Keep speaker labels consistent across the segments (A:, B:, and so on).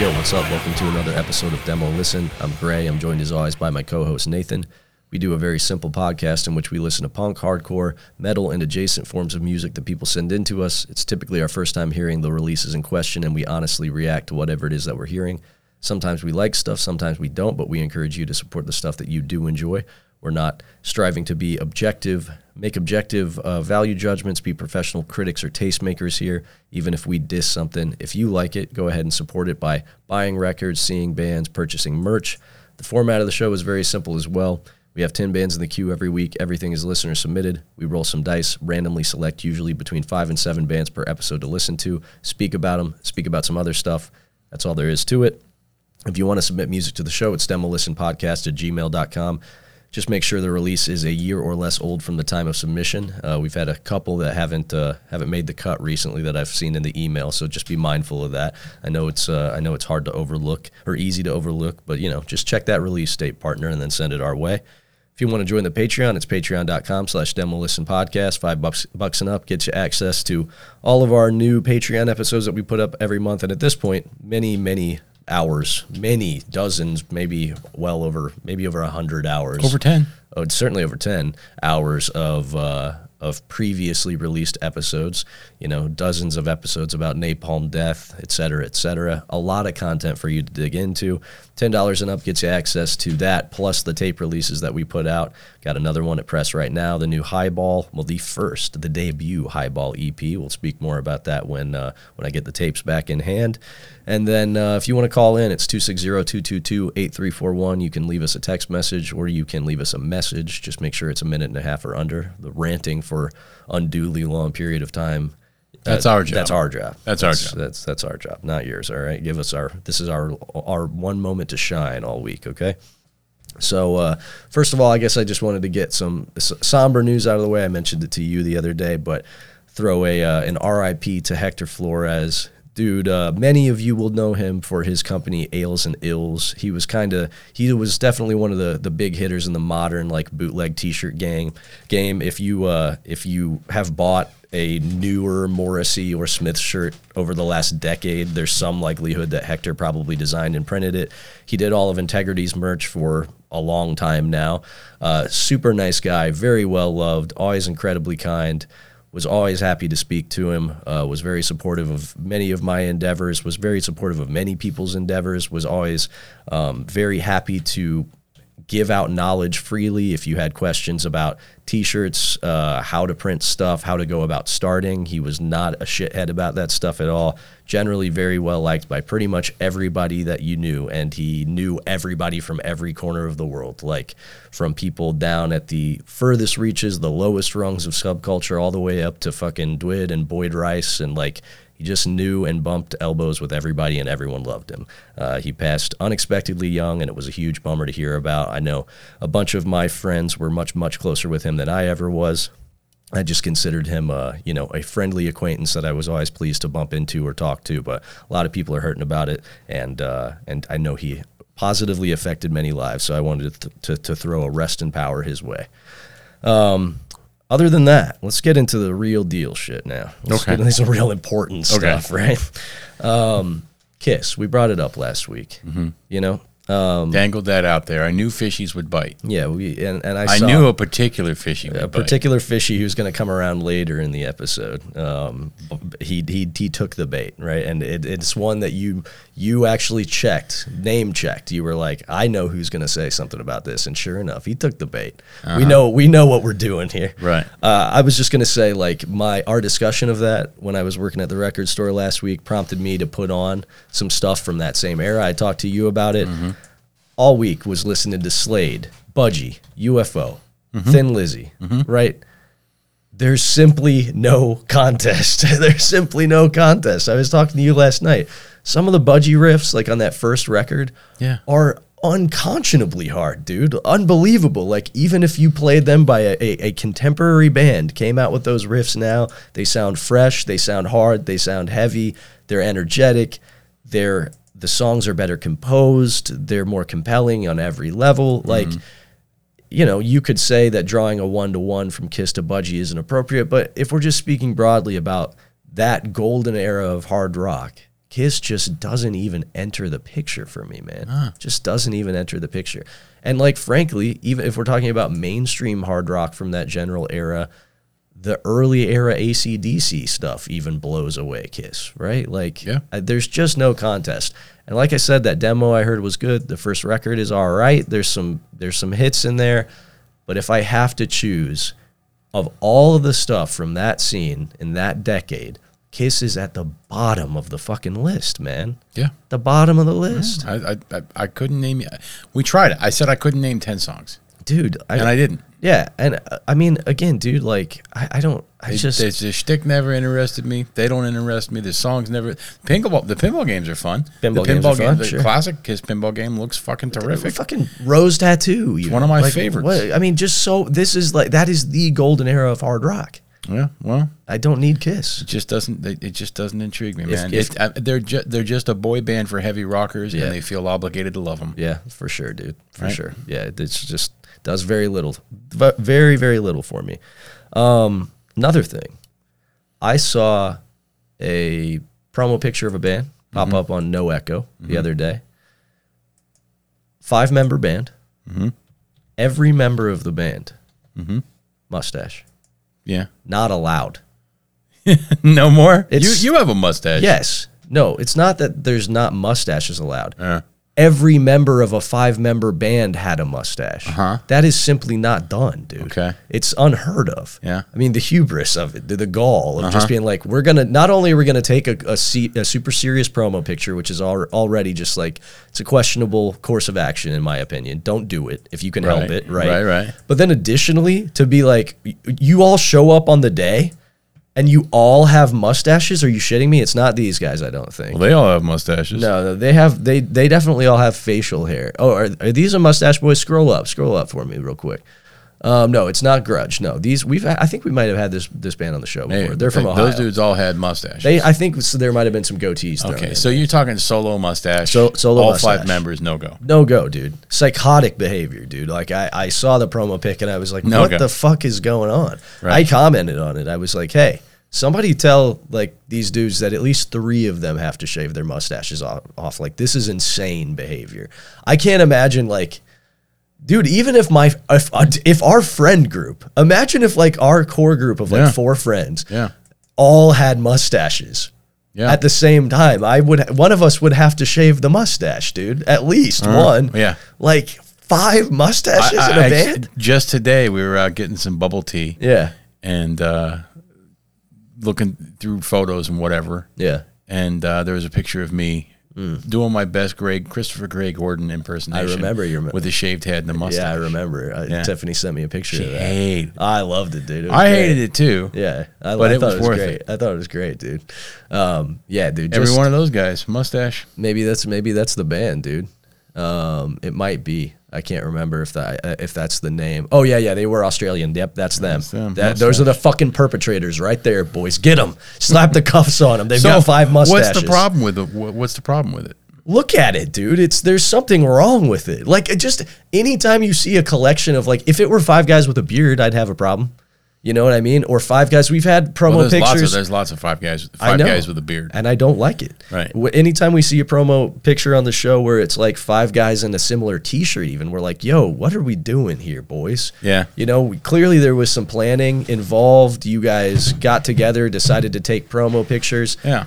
A: Yo, what's up? Welcome to another episode of Demo Listen. I'm Gray. I'm joined as always by my co host Nathan. We do a very simple podcast in which we listen to punk, hardcore, metal, and adjacent forms of music that people send in to us. It's typically our first time hearing the releases in question, and we honestly react to whatever it is that we're hearing. Sometimes we like stuff, sometimes we don't, but we encourage you to support the stuff that you do enjoy. We're not striving to be objective, make objective uh, value judgments, be professional critics or tastemakers here. Even if we diss something, if you like it, go ahead and support it by buying records, seeing bands, purchasing merch. The format of the show is very simple as well. We have 10 bands in the queue every week. Everything is listener submitted. We roll some dice, randomly select usually between five and seven bands per episode to listen to, speak about them, speak about some other stuff. That's all there is to it. If you want to submit music to the show, it's demolistenpodcast at gmail.com. Just make sure the release is a year or less old from the time of submission. Uh, we've had a couple that haven't uh, haven't made the cut recently that I've seen in the email, so just be mindful of that. I know it's uh, I know it's hard to overlook or easy to overlook, but you know just check that release date, partner, and then send it our way. If you want to join the Patreon, it's patreon.com slash demo listen podcast. Five bucks, bucks and up gets you access to all of our new Patreon episodes that we put up every month. And at this point, many, many hours, many dozens, maybe well over, maybe over a hundred hours.
B: Over 10.
A: Oh, it's certainly over 10 hours of uh, of previously released episodes. You know, dozens of episodes about napalm death, et cetera, et cetera. A lot of content for you to dig into. $10 and up gets you access to that, plus the tape releases that we put out. Got another one at press right now, the new Highball. Well, the first, the debut Highball EP. We'll speak more about that when uh, when I get the tapes back in hand. And then uh, if you want to call in, it's 260-222-8341. You can leave us a text message or you can leave us a message. Just make sure it's a minute and a half or under. The ranting for unduly long period of time. uh,
B: That's our job.
A: That's our job.
B: That's our job.
A: That's that's our job, not yours. All right. Give us our this is our our one moment to shine all week. Okay. So, uh, first of all, I guess I just wanted to get some s- somber news out of the way. I mentioned it to you the other day, but throw a uh, an RIP to Hector Flores. Dude, uh, many of you will know him for his company Ales and Ills. He was kind of he was definitely one of the the big hitters in the modern like bootleg t-shirt gang game. If you uh, if you have bought a newer Morrissey or Smith shirt over the last decade. There's some likelihood that Hector probably designed and printed it. He did all of Integrity's merch for a long time now. Uh, super nice guy, very well loved, always incredibly kind. Was always happy to speak to him. Uh, was very supportive of many of my endeavors. Was very supportive of many people's endeavors. Was always um, very happy to give out knowledge freely if you had questions about t-shirts uh, how to print stuff how to go about starting he was not a shithead about that stuff at all generally very well liked by pretty much everybody that you knew and he knew everybody from every corner of the world like from people down at the furthest reaches the lowest rungs of subculture all the way up to fucking dwid and boyd rice and like he just knew and bumped elbows with everybody, and everyone loved him. Uh, he passed unexpectedly young, and it was a huge bummer to hear about. I know a bunch of my friends were much, much closer with him than I ever was. I just considered him, uh, you know, a friendly acquaintance that I was always pleased to bump into or talk to. But a lot of people are hurting about it, and uh, and I know he positively affected many lives. So I wanted to, to, to throw a rest in power his way Um, other than that, let's get into the real deal shit now. Let's
B: Okay.
A: get into some real important
B: Okay.
A: stuff, right? Um, Kiss, we brought it up last week.
B: Mm-hmm.
A: You know, um,
B: Dangled that out there. I knew fishies would bite.
A: yeah, we and, and I,
B: I
A: saw
B: knew a particular fishy would
A: a particular fishy who's going to come around later in the episode. Um, b- he, he he took the bait, right? And it, it's one that you you actually checked, name checked. You were like, I know who's going to say something about this, and sure enough, he took the bait. We know we know what we're doing here,
B: Right.
A: Uh, I was just going to say, like my our discussion of that when I was working at the record store last week prompted me to put on some stuff from that same era. I talked to you about it all week was listening to Slade, Budgie, UFO, Thin Lizzy, right? There's simply no contest. There's simply no contest. I was talking to you last night. Some of the Budgie riffs, like on that first record,
B: Yeah.
A: are unconscionably hard, dude. Unbelievable. Like even if you played them by a, a, a contemporary band, came out with those riffs now, they sound fresh, they sound hard, they sound heavy, they're energetic, they're the songs are better composed, they're more compelling on every level. Like you know, you could say that drawing a one to one from Kiss to Budgie isn't appropriate, but if we're just speaking broadly about that golden era of hard rock, Kiss just doesn't even enter the picture for me, man.
B: Huh.
A: Just doesn't even enter the picture. And like frankly, even if we're talking about mainstream hard rock from that general era, the early era ACDC stuff even blows away Kiss, right? Like,
B: Yeah.
A: I- Uh, there's just no contest. And like I said, that demo I heard was good. The first record is all right. There's some there's some hits in there, but if I have to choose, of all of the stuff from that scene in that decade, Kiss is at the bottom of the fucking list, man.
B: Yeah.
A: The bottom of the list,
B: I, I, I, I couldn't name. We tried it. I said I couldn't name 10 songs,
A: dude. I,
B: and I didn't.
A: yeah, and uh, I mean, again, dude, like I, I don't, I
B: It,
A: just
B: the, the shtick never interested me. They don't interest me. The songs never. Pinball. The pinball games are fun.
A: Pinball
B: the
A: games are fun,
B: The
A: sure.
B: classic Kiss pinball game looks fucking terrific.
A: Fucking Rose Tattoo. It's
B: one of my favorites.
A: I mean, just so this is like that is the golden era of hard rock.
B: Yeah. Well,
A: I don't need Kiss.
B: it just doesn't. they- It just doesn't intrigue me, man.
A: if-
B: It's- I- they're just they're just a boy band for heavy rockers,
A: Yeah.
B: and they feel obligated to love them.
A: Yeah, for sure, dude. For
B: Right.
A: sure. Yeah, it- it's just does very little, v- very very little for me. Um, another thing, I saw a promo picture of a band pop up on No Echo the other day. Five member band. Mm-hmm. Every member of the band, Mm-hmm. mustache,
B: Yeah.
A: not allowed.
B: no more.
A: It's-
B: you you have a mustache.
A: Yes. No, it's not that there's not mustaches allowed.
B: Uh,
A: Every member of a five member band had a mustache.
B: Uh-huh.
A: That is simply not done, dude.
B: Okay.
A: It's unheard of.
B: Yeah. Uh-huh.
A: I mean, the hubris of it, the, the gall of just being like, we're going to, not only are we going to take a, a, se- a super serious promo picture, which is al- already just like, it's a questionable course of action, in my opinion. Don't do it if you can help
B: Right.
A: it. Right.
B: Right, right.
A: But then additionally, to be like, y- you all show up on the day and you all have mustaches. Are you shitting me? It's not these guys, I don't think.
B: well, they all have mustaches.
A: No, no, they have they they definitely all have facial hair. Oh, are, are these a mustache boys? Scroll up, scroll up for me real quick. Um, no, it's not Grudge. No, these we've I think we might have had this this band on the show
B: Hey,
A: before. They're from
B: th-
A: Ohio.
B: Those dudes all had mustaches.
A: they I think so there might have been some goatees. thrown
B: okay,
A: in.
B: so you're talking solo mustache.
A: So- solo
B: all
A: mustache.
B: five members, no go.
A: no go, dude. Psychotic behavior, dude. Like I, I saw the promo pic and I was like,
B: No
A: what
B: go.
A: the fuck is going on? I
B: Right.
A: commented on it. I was like, hey, somebody tell like these dudes that at least three of them have to shave their mustaches off. off. Like this is insane behavior. I can't imagine like. Dude, even if my if, if our friend group, imagine if like our core group of like
B: Yeah.
A: four friends,
B: Yeah.
A: all had mustaches
B: Yeah.
A: at the same time. I would one of us would have to shave the mustache, dude. At least one.
B: Uh-huh. yeah.
A: Like five mustaches in a
B: I- I-
A: band?
B: Just today, we were out getting some bubble tea
A: yeah.
B: and uh, looking through photos and whatever.
A: Yeah. Mm.
B: And uh, there was a picture of me doing my best Greg Christopher Gray Gordon impersonation.
A: remember your-
B: with a shaved head and a mustache.
A: Yeah, I remember. I, Tiffany sent me a picture
B: She
A: of that.
B: hated.
A: I loved it, dude. It was
B: I
A: great.
B: hated it too.
A: Yeah. I,
B: But
A: I
B: it
A: thought
B: was
A: it was
B: worth
A: great. I thought it was great, dude. Um, yeah, dude. Just,
B: Every one of those guys, mustache.
A: maybe that's maybe that's the band, dude. Um, it might be. I can't remember if that uh, if that's the name. Oh yeah, yeah, they were Australian. Yep, that's them.
B: them.
A: That, those are the fucking perpetrators right there, boys. Get them. Slap the cuffs on them. They've got five mustaches.
B: What's the problem with it? Wha- What's the problem with it?
A: Look at it, dude. It's there's something wrong with it. Like it just anytime you see a collection of like, if it were five guys with a beard, I'd have a problem. You know what I mean? Or five guys. We've had promo
B: Well, there's
A: pictures.
B: lots of there's lots of five guys
A: I
B: five
A: know.
B: guys with a beard.
A: And I don't like it.
B: Right.
A: W- anytime we see a promo picture on the show where it's like five guys in a similar T-shirt, even we're like, "Yo, what are we doing here, boys?"
B: Yeah.
A: You know, we, clearly there was some planning involved. You guys got together, decided to take promo pictures.
B: Yeah.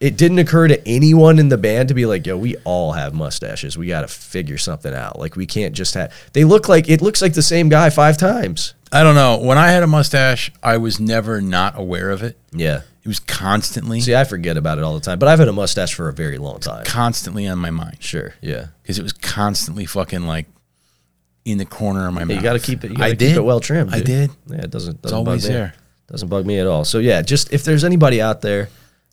A: It didn't occur to anyone in the band to be like, "Yo, we all have mustaches. We got to figure something out. Like, we can't just have." They look like it looks like the same guy five times.
B: I don't know. When I had a mustache, I was never not aware of it.
A: Yeah.
B: It was constantly,
A: See, I forget about it all the time, but I've had a mustache for a very long time.
B: constantly on my mind
A: Sure. Yeah.
B: because it was constantly fucking like in the corner of my
A: Yeah,
B: mouth.
A: you got to keep it. You gotta
B: I
A: keep
B: did.
A: it well trimmed.
B: I
A: dude.
B: did.
A: Yeah, it doesn't. doesn't
B: always
A: bug me.
B: there.
A: Doesn't bug me at all. So yeah, just if there's anybody out there,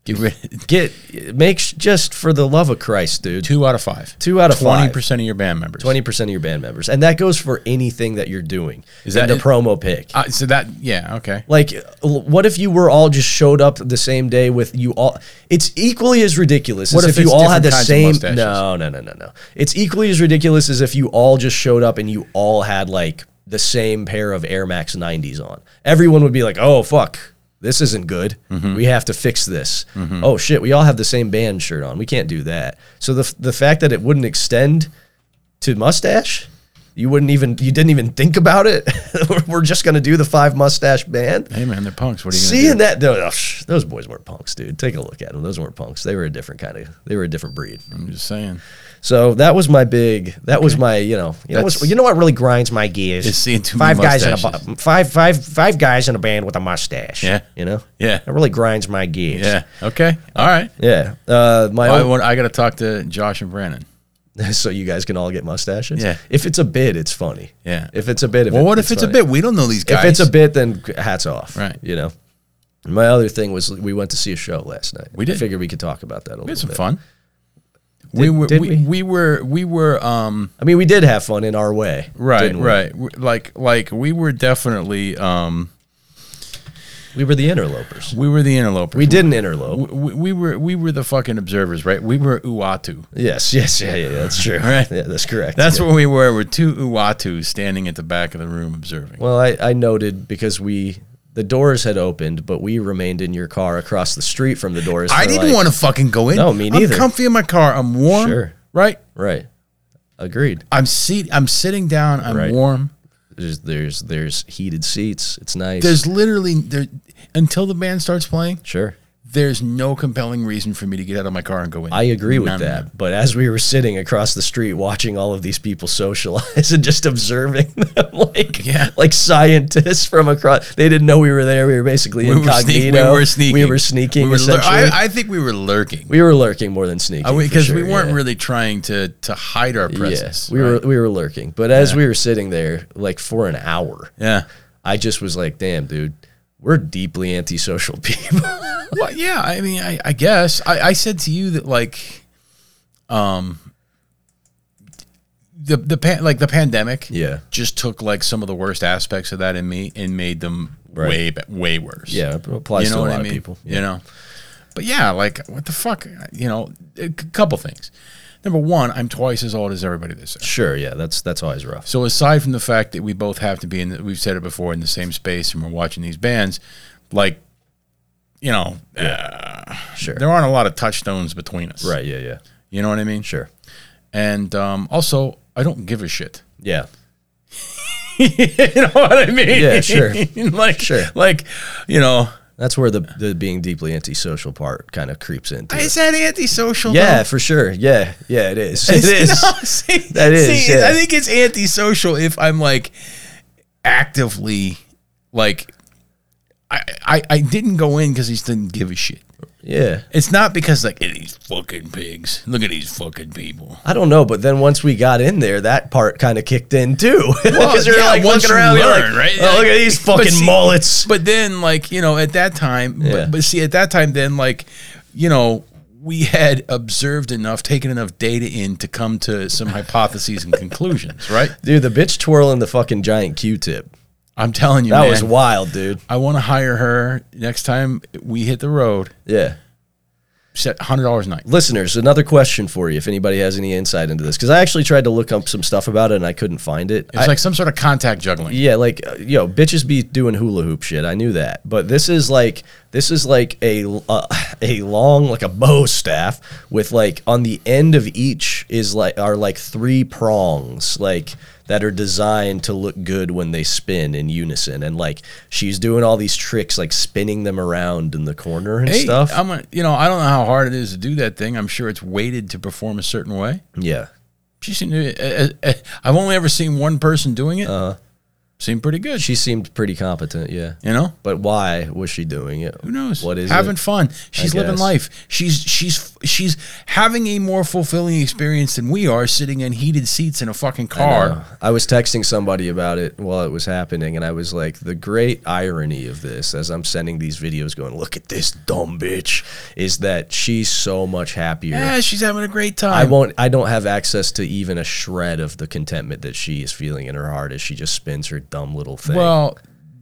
B: Get rid-
A: get make sh- just for the love of Christ, dude.
B: two out of five.
A: Two out of
B: Twenty
A: five.
B: percent of your band members.
A: Twenty percent of your band members, and that goes for anything that you're doing.
B: Is
A: in
B: that
A: the
B: it?
A: promo pick?
B: Uh, so that yeah okay.
A: Like, l- what if you were all just showed up the same day with you all? It's equally as ridiculous
B: What
A: as if,
B: if
A: you
B: it's
A: all had
B: different
A: the
B: kinds of
A: same.
B: mustaches?
A: No, no, no, no, no. It's equally as ridiculous as if you all just showed up and you all had like the same pair of Air Max 90s on. Everyone would be like, "Oh fuck." this isn't good.
B: Mm-hmm.
A: We have to fix this. Oh shit, we all have the same band shirt on. We can't do that. So the f- the fact that it wouldn't extend to mustache, you wouldn't even you didn't even think about it. We're- We're just gonna do the five mustache band.
B: Hey man, they're punks. What are you gonna
A: Seeing
B: do?
A: that, though, oh, sh- those boys weren't punks, dude. Take a look at them; those weren't punks. They were a different kind of, they were a different breed.
B: I'm just saying.
A: So that was my big. That was my, you know, you know, what's-
B: That's-
A: you know what really grinds my gears
B: Is seeing too many
A: five guys in a
B: mustaches.
A: bu- five five five guys in a band with a mustache.
B: Yeah.
A: you know,
B: Yeah.
A: that really grinds my gears.
B: Yeah. Okay. All right.
A: yeah. Uh, my
B: I
A: own-
B: want. I got to talk to Josh and Brandon.
A: so you guys can all get mustaches.
B: Yeah.
A: if it's a bit, it's funny.
B: Yeah.
A: if it's a bit.
B: Well, what if it's
A: funny.
B: a bit? We don't know these guys.
A: If it's a bit, then g- hats off.
B: Right.
A: You know. My other thing was we went to see a show last night.
B: We did.
A: I figured we could talk about that a little
B: we had some
A: bit.
B: fun. we were.
A: did
B: we,
A: we?
B: we? were. We were. Um.
A: I mean, we did have fun in our way.
B: Right.
A: didn't we?
B: Right. We- Like. Like. We were definitely. Um.
A: We were the interlopers.
B: We were the interlopers.
A: We didn't interlope.
B: We, we, we were. We were the fucking observers, right? We were Uatu.
A: Yes, yes, yeah, yeah, that's true.
B: Right.
A: Yeah, that's correct.
B: That's
A: yeah.
B: what we were. We're two Uatu standing at the back of the room observing.
A: Well, I, I noted because we the doors had opened, but we remained in your car across the street from the doors.
B: I
A: for,
B: didn't
A: like-
B: want to fucking go in.
A: No, me neither.
B: I'm comfy in my car. I'm warm.
A: Sure.
B: Right.
A: Right. Agreed.
B: I'm seat. I'm sitting down. I'm
A: Right.
B: warm.
A: There's there's there's heated seats. It's nice.
B: There's literally there until the band starts playing.
A: sure.
B: There's no compelling reason for me to get out of my car and go in.
A: I agree with
B: None.
A: that. But as we were sitting across the street watching all of these people socialize and just observing them like
B: Yeah.
A: like scientists from across they didn't know we were there. We were basically
B: We were, sneak, we
A: incognito.
B: were sneaking.
A: We were sneaking
B: We were lur-
A: essentially.
B: I, I think we were lurking
A: we were lurking more than sneaking. for
B: because we
A: sure,
B: weren't
A: yeah.
B: really trying to to hide our presence.
A: Yes, we were we were lurking, but as we were sitting there, like for an hour,
B: Yeah.
A: I just was like, "Damn, dude, we're deeply antisocial people."
B: Well, yeah. I mean, I, I guess I, I said to you that like, um, the the pan, like the pandemic.
A: yeah,
B: Just took like some of the worst aspects of that in me and made them
A: Right.
B: way ba- way worse.
A: yeah, it applies
B: you know
A: to a
B: what
A: lot
B: I mean?
A: of people.
B: You know, but yeah, like what the fuck? You know, a c- couple things. Number one, I'm twice as old as everybody that's there.
A: Sure, yeah, that's that's always rough.
B: So aside from the fact that we both have to be in, the, we've said it before, in the same space and we're watching these bands, like, you know, uh,
A: Sure.
B: there aren't a lot of touchstones between us,
A: Right, yeah, yeah,
B: You know what I mean?
A: sure,
B: And um, also, I don't give a shit.
A: yeah,
B: you know what I mean?
A: Yeah, sure.
B: like,
A: Sure.
B: like, you know,
A: that's where the the being deeply antisocial part kind of creeps into. it.
B: is that antisocial?
A: Yeah, for sure. Yeah, yeah, it is. It is.
B: No, see,
A: That is,
B: see,
A: yeah.
B: I think it's antisocial if I'm like actively like I I, I didn't go in because he didn't give a shit.
A: Yeah.
B: It's not because like "Hey, these fucking pigs. Look at these fucking people.
A: I don't know, but then once we got in there, that part kind of kicked in too. Because you're
B: yeah,
A: like
B: once
A: looking
B: you
A: around, you're
B: learn,
A: like,
B: right?
A: "Oh, look
B: Like-
A: at these
B: but
A: fucking
B: see-
A: mullets.
B: But then like you know at that time,
A: Yeah.
B: but, but see at that time then like you know. We had observed enough, taken enough data in to come to some hypotheses and conclusions, right?
A: Dude, the bitch twirling the fucking giant Q-tip.
B: I'm telling you,
A: That
B: man,
A: was wild, dude.
B: I want to hire her next time we hit the road.
A: Yeah.
B: Set hundred dollars a night.
A: Listeners, another question for you if anybody has any insight into this cuz I actually tried to look up some stuff about it and I couldn't find it.
B: It's
A: I-
B: like some sort of contact juggling.
A: yeah, like uh, yo, bitches be doing hula hoop shit. I knew that. But this is like this is like a uh, a long like a bow staff with like on the end of each is like are like three prongs like that are designed to look good when they spin in unison and like she's doing all these tricks like spinning them around in the corner and
B: Hey,
A: stuff.
B: I'm a, you know I don't know how hard it is to do that thing. I'm sure it's weighted to perform a certain way.
A: yeah.
B: She seemed to, uh, uh, uh, I've only ever seen one person doing it. Uh, seemed pretty good.
A: She seemed pretty competent, yeah.
B: you know
A: But why was she doing it?
B: who knows?
A: What is
B: having
A: it?
B: fun? She's living
A: guess.
B: life. She's she's she's having a more fulfilling experience than we are sitting in heated seats in a fucking
A: Uh,
B: car.
A: I was texting somebody about it while it was happening, and I was like, the great irony of this, as I'm sending these videos, going, look at this dumb bitch, is that she's so much happier.
B: Yeah, she's having a great time.
A: I won't. I don't have access to even a shred of the contentment that she is feeling in her heart as she just spins her dumb little thing.
B: Well,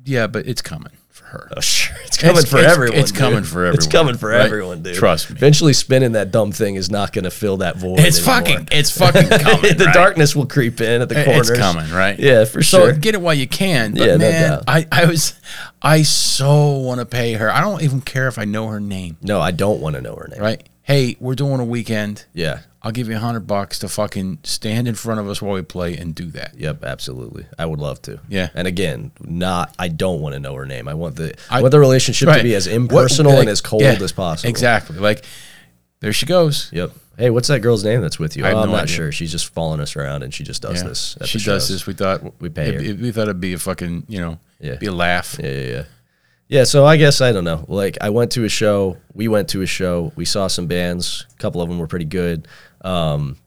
B: yeah, but it's coming. for her.
A: Oh, sure. It's coming
B: It's-
A: for
B: it's-
A: everyone.
B: it's
A: dude.
B: coming for
A: It's
B: everyone,
A: coming for
B: right?
A: everyone, dude.
B: Trust me.
A: Eventually, spinning that dumb thing is not going to fill that void.
B: It's
A: anymore.
B: fucking. It's fucking coming.
A: the
B: right?
A: darkness will creep in at the
B: It-
A: corners.
B: It's coming, right?
A: Yeah, for
B: So
A: sure.
B: get it while you can. But
A: Yeah, no
B: man,
A: doubt.
B: I, I was, I so want to pay her. I don't even care if I know her name,
A: No, I don't want to know her name.
B: right? Hey, we're doing a weekend.
A: Yeah.
B: I'll give you a hundred bucks to fucking stand in front of us while we play and do that.
A: Yep, absolutely. I would love to.
B: Yeah.
A: And again, not I don't want to know her name. I want the I
B: I-
A: want the relationship to
B: Right.
A: be as
B: What-
A: impersonal
B: like,
A: and as cold
B: yeah,
A: as possible.
B: Exactly. Like there she goes.
A: Yep. Hey, what's that girl's name that's with you?
B: I have
A: oh, I'm
B: no
A: not
B: idea.
A: sure. She's just following us around and she just does
B: Yeah.
A: this. at
B: she
A: the
B: does
A: shows.
B: this. We thought
A: We pay
B: it-
A: her.
B: it- we thought it'd be a fucking you know
A: Yeah.
B: be a laugh.
A: Yeah, yeah, yeah. Yeah, so I guess I don't know. Like I went to a show, we went to a show, we saw some bands, a couple of them were pretty good. Um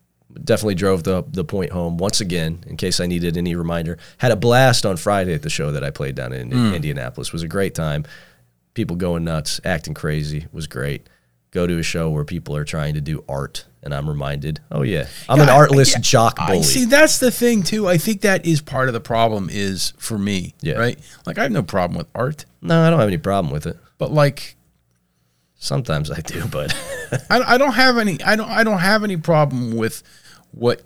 A: definitely drove the the point home once again in case I needed any reminder. Had a blast on Friday at the show that I played down in
B: Hmm.
A: Indianapolis. It was a great time. People going nuts, acting crazy, It was great. Go to a show where people are trying to do art and I'm reminded, oh yeah, I'm an
B: Yeah, I-
A: artless
B: yeah,
A: jock bully.
B: I see that's the thing too. I think that is part of the problem is for me,
A: Yeah.
B: right? Like I have no problem with art,
A: No, I don't have any problem with it.
B: but like
A: Sometimes I do, but
B: I, I don't have any I don't I don't have any problem with what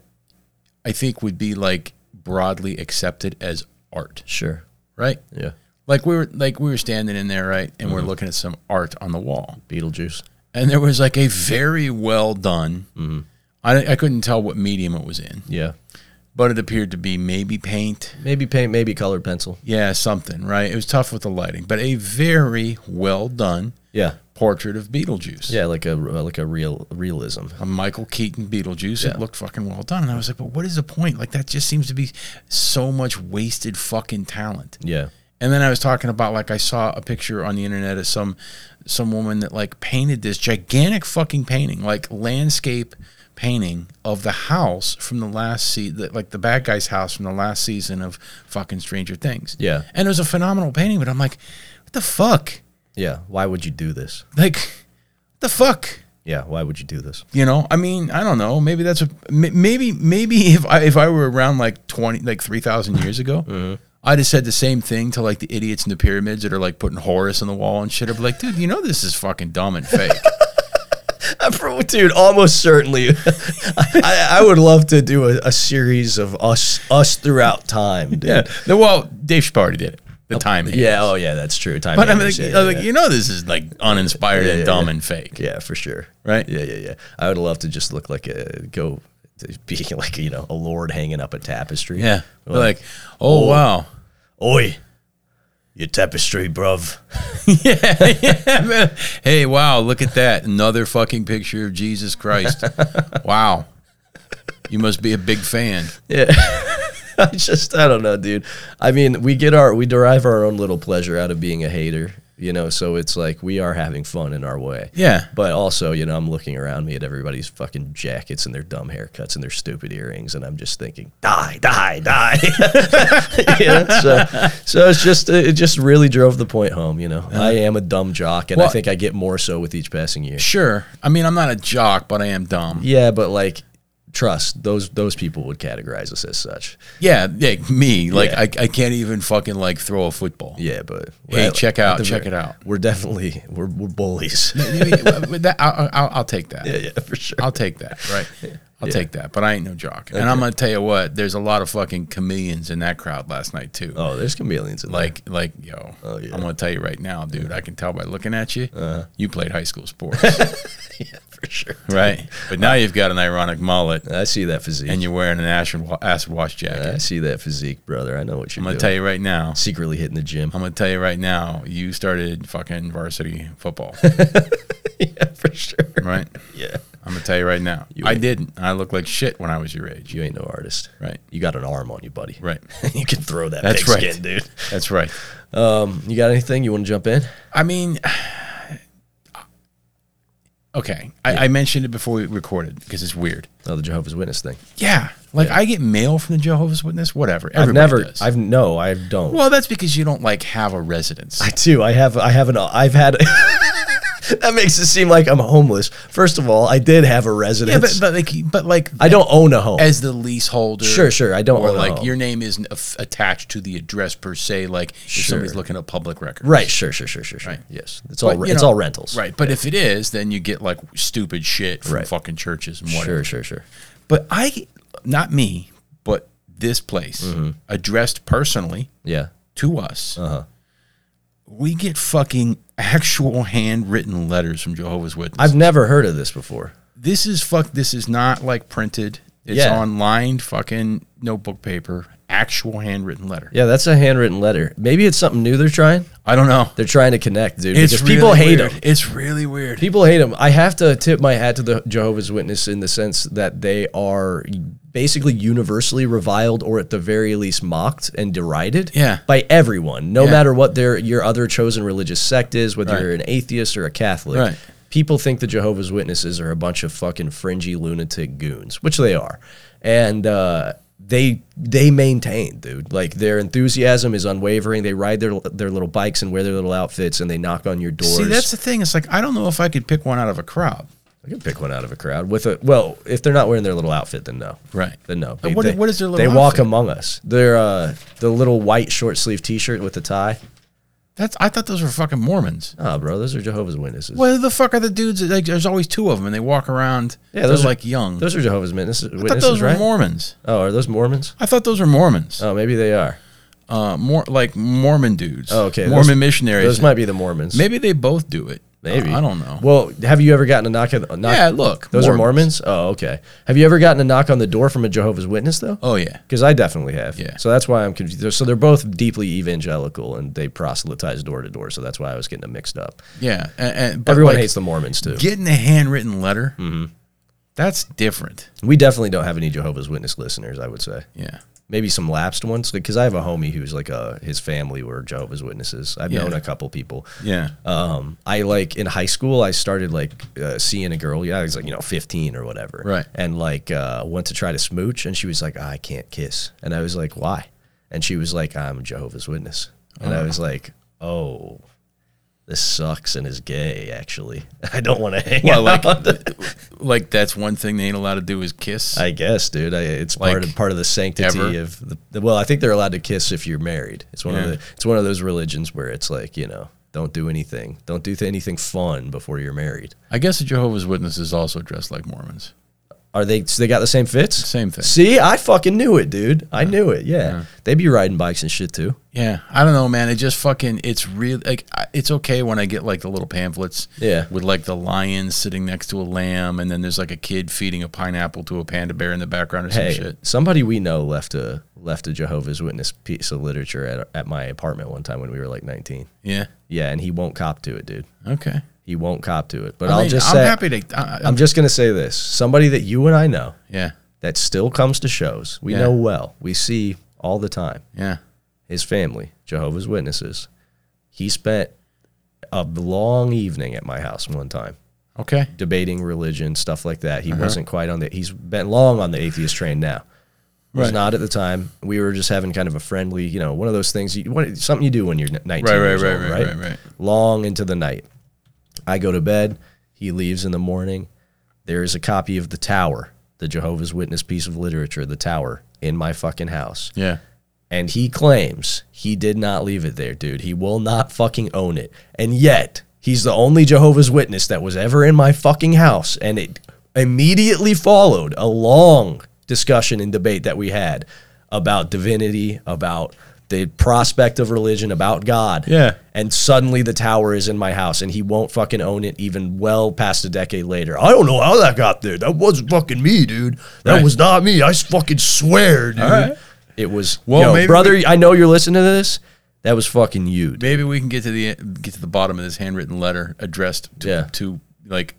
B: I think would be like broadly accepted as art,
A: sure.
B: right?
A: Yeah.
B: Like we were like we were standing in there, right? And we're looking at some art on the wall.
A: Beetlejuice.
B: And there was like a very well done I, I couldn't tell what medium it was in,
A: Yeah.
B: but it appeared to be maybe paint.
A: Maybe paint, maybe colored pencil.
B: Yeah, something, right? It was tough with the lighting, but a very well done
A: Yeah,
B: portrait of Beetlejuice.
A: yeah, like a uh, like a real realism.
B: A Michael Keaton Beetlejuice. It looked fucking well done. And I was like, but what is the point? Like, that just seems to be so much wasted fucking talent.
A: Yeah,
B: And then I was talking about like I saw a picture on the internet of some some woman that like painted this gigantic fucking painting, like landscape painting of the house from the last season, like the bad guy's house from the last season of fucking Stranger Things.
A: Yeah.
B: and it was a phenomenal painting, but I'm like, what the fuck?
A: yeah. Why would you do this?
B: Like, the fuck?
A: Yeah, why would you do this?
B: You know, I mean, I don't know. Maybe that's a m- maybe maybe if I if I were around like twenty like three thousand years ago,
A: Uh-huh.
B: I'd have said the same thing to like the idiots in the pyramids that are like putting Horus on the wall and shit. I'd be like, dude, you know this is fucking dumb and fake.
A: Dude, almost certainly. I, I would love to do a, a series of us us throughout time. Dude.
B: yeah. The, well, Dave Chappelle already did it. The time.
A: yeah. Oh, yeah, that's true. Time.
B: But I'm like,
A: Bandits, yeah,
B: I'm
A: yeah,
B: like,
A: yeah.
B: you know this is like uninspired
A: yeah,
B: and dumb
A: yeah.
B: and fake.
A: Yeah, for sure.
B: Right?
A: Yeah, yeah, yeah. I would love to just look like a go, to be like you know a lord hanging up a tapestry.
B: Yeah. They're like, oh, wow.
A: oi, your tapestry, bruv.
B: yeah, yeah. man. Hey, wow, look at that. Another fucking picture of Jesus Christ. Wow. You must be a big fan.
A: Yeah. I just I don't know, dude. I mean, we get our we derive our own little pleasure out of being a hater, you know, so it's like we are having fun in our way.
B: Yeah.
A: But also, you know, I'm looking around me at everybody's fucking jackets and their dumb haircuts and their stupid earrings and I'm just thinking, die, die, die. you know? So so it's just it just really drove the point home, you know. I am a dumb jock and I
B: Uh-huh. Well-
A: think I get more so with each passing year.
B: Sure. I mean, I'm not a jock, but I am dumb.
A: Yeah, but like trust, those those people would categorize us as such.
B: Yeah, like me. Like
A: Yeah.
B: I, I can't even fucking like throw a football.
A: Yeah, but
B: Hey, check
A: at
B: out-
A: the
B: check
A: ver-
B: it out.
A: We're definitely we're, we're bullies. yeah,
B: I mean, with uh, that, I'll, I'll, I'll take that.
A: yeah, for sure.
B: I'll take that. Right. I'll take that. But I ain't no jock. And I'm gonna tell you what. There's a lot of fucking chameleons in that crowd last night too.
A: Oh, there's chameleons in
B: Like, like, yo,
A: yeah. Uh-huh.
B: I'm gonna tell you right now, dude. I can tell by looking at you. You played high school sports,
A: there. yeah, for sure.
B: right? But now you've got an ironic mullet,
A: I see that physique.
B: and you're wearing an acid, wa- acid wash jacket.
A: I see that physique, brother. I know what you're
B: I'm gonna
A: doing.
B: tell you right now.
A: Secretly hitting the gym.
B: I'm gonna tell you right now. You started fucking varsity football,
A: yeah, for sure.
B: right?
A: Yeah,
B: I'm gonna tell you right now. I didn't. I looked like shit when I was your age.
A: you ain't no artist,
B: Right.
A: You got an arm on you, buddy.
B: Right.
A: you can throw that
B: That's
A: pig
B: right.
A: skin, dude.
B: That's right.
A: Um, you got anything you want to jump in?
B: I mean, okay. I, I mentioned it before we recorded because it's weird.
A: Oh, the Jehovah's Witness thing.
B: Yeah, like I get mail from the Jehovah's Witness. Whatever.
A: I've
B: Everybody
A: never.
B: does.
A: I've no. I don't.
B: Well, that's because you don't like have a residence.
A: I do. I have. I have an. I've had. that makes it seem like I'm homeless. First of all, I did have a
B: Yeah,
A: residence.
B: but, but like, but like,
A: I don't own a home.
B: as the leaseholder.
A: Sure, sure, I don't
B: Or
A: own a
B: like
A: home.
B: your name isn't aff- attached to the address per se. Like if somebody's
A: Sure.
B: looking at public records,
A: right, sure, sure, sure, sure, sure.
B: Right.
A: Yes. It's all
B: But,
A: re-
B: you
A: it's
B: know,
A: all rentals.
B: Right, but if it is, then you get like stupid shit from
A: Right.
B: fucking churches and whatever.
A: Sure, sure, sure.
B: But I, not me, but this place
A: Mm-hmm.
B: addressed personally
A: Yeah.
B: to us.
A: Uh-huh.
B: We get fucking actual handwritten letters from Jehovah's Witnesses.
A: I've never heard of this before.
B: this is fuck. This is not like printed. It's
A: Yeah.
B: on lined fucking notebook paper. Actual handwritten letter.
A: Yeah, that's a handwritten letter. Maybe it's something new they're trying.
B: I don't know.
A: They're trying to connect, dude.
B: It's
A: because people hate
B: weird.
A: them.
B: It's really weird.
A: People hate them. I have to tip my hat to the Jehovah's Witness in the sense that they are basically universally reviled or at the very least mocked and derided
B: Yeah.
A: by everyone, no
B: Yeah.
A: matter what their your other chosen religious sect is, whether
B: Right.
A: you're an atheist or a Catholic.
B: Right.
A: People think the Jehovah's Witnesses are a bunch of fucking fringy lunatic goons, which they are. And uh they they maintain, dude. Like their enthusiasm is unwavering. They ride their their little bikes and wear their little outfits, and they knock on your doors.
B: See, that's the thing. It's like I don't know if I could pick one out of a crowd.
A: I can pick one out of a crowd with a well. If they're not wearing their little outfit, then no.
B: Right.
A: Then no.
B: But what- what is their little
A: They walk
B: outfit?
A: among us. They're uh, the little white short sleeve T shirt with the tie.
B: That's I thought those were fucking Mormons.
A: Ah, bro, those are Jehovah's Witnesses.
B: Well, the fuck are the dudes? that- Like, there's always two of them, and they walk around.
A: Yeah, those
B: they're,
A: are-
B: like young.
A: Those are Jehovah's Witnesses.
B: I thought
A: witnesses
B: those were
A: right?
B: Mormons.
A: oh, are those Mormons?
B: I thought those were Mormons.
A: Oh, maybe they are.
B: Uh, more like Mormon dudes.
A: Oh, okay,
B: Mormon
A: those-
B: missionaries.
A: Those might be the Mormons.
B: Maybe they both do it.
A: Maybe.
B: I, I don't know.
A: Well, have you ever gotten a knock at the knock?
B: yeah, look,
A: Those are Mormons? Oh, okay. Have you ever gotten a knock on the door from a Jehovah's Witness, though?
B: Oh yeah.
A: Because I definitely have.
B: Yeah.
A: So that's why I'm confused. So they're both deeply evangelical and they proselytize door to door. So that's why I was getting them mixed up.
B: Yeah, and, and- but
A: Everyone
B: like,
A: hates the Mormons too. Mm-hmm.
B: getting a handwritten letter. That's different.
A: we definitely don't have any Jehovah's Witness listeners. I would say
B: Yeah,
A: maybe some lapsed ones because I have a homie who's like a his family were Jehovah's Witnesses. I've
B: Yeah.
A: known a couple people.
B: yeah.
A: Um, I like in high school, I started like uh, seeing a girl. Yeah, I was like you know fifteen or whatever.
B: Right.
A: And like uh, went to try to smooch, and she was like, "I can't kiss," and I was like, "Why?" And she was like, "I'm a Jehovah's Witness," and
B: Uh-huh.
A: I was like, "Oh." This sucks and is gay. Actually, I don't want to hang
B: Well,
A: out.
B: like, like that's one thing they ain't allowed to do is kiss.
A: I guess, dude. I, it's part
B: Like,
A: of part of the sanctity
B: ever?
A: of the, the. Well, I think they're allowed to kiss if you're married. It's one of
B: Yeah.
A: the. It's one of those religions where it's like you know, don't do anything, don't do th- anything fun before you're married.
B: I guess the Jehovah's Witnesses also dress like Mormons.
A: Are they? So they got the same fits.
B: Same thing.
A: See, I fucking knew it, dude. I knew it. Yeah, they be riding bikes and shit too.
B: Yeah, I don't know, man. It just fucking it's really like I- it's okay when I get like the little pamphlets.
A: Yeah.
B: with like the lion sitting next to a lamb, and then there's like a kid feeding a pineapple to a panda bear in the background or some
A: Hey,
B: shit.
A: somebody we know left a left a Jehovah's Witness piece of literature at at my apartment one time when we were like 19.
B: Yeah.
A: Yeah, and he won't cop to it, dude.
B: Okay.
A: He won't cop to it. But
B: I
A: I will
B: mean,
A: just
B: I'm
A: say,
B: happy to. I,
A: I'm just gonna say this: somebody that you and I know
B: yeah.
A: that still comes to shows. We
B: Yeah.
A: know well. We see all the time.
B: Yeah.
A: His family, Jehovah's Witnesses. He spent a long evening at my house one time
B: Okay.
A: debating religion, stuff like that.
B: Uh-huh.
A: He wasn't quite on the he's been long on the atheist train now. Was
B: Right.
A: not at the time. We were just having kind of a friendly, you know, one of those things you what, something you do when you're 19
B: Right, right,
A: years
B: right,
A: old,
B: right,
A: right?
B: right, right.
A: Long into the night. I go to bed. He leaves in the morning. There is a copy of The Tower, the Jehovah's Witness piece of literature, The Tower, in my fucking house.
B: Yeah.
A: And he claims he did not leave it there, dude. He will not fucking own it. And yet, he's the only Jehovah's Witness that was ever in my fucking house. And it immediately followed a long discussion and debate that we had about divinity, about the prospect of religion, about God.
B: Yeah.
A: And suddenly the tower is in my house and he won't fucking own it even well past a decade later. I don't know how that got there. That wasn't fucking me, dude. That
B: Right.
A: was not me. I fucking swear, dude.
B: right.
A: It was
B: Well,
A: Yo,
B: maybe
A: brother. I know you're listening to this. That was fucking you. dude.
B: Maybe we can get to the get to the bottom of this handwritten letter addressed to,
A: Yeah.
B: to like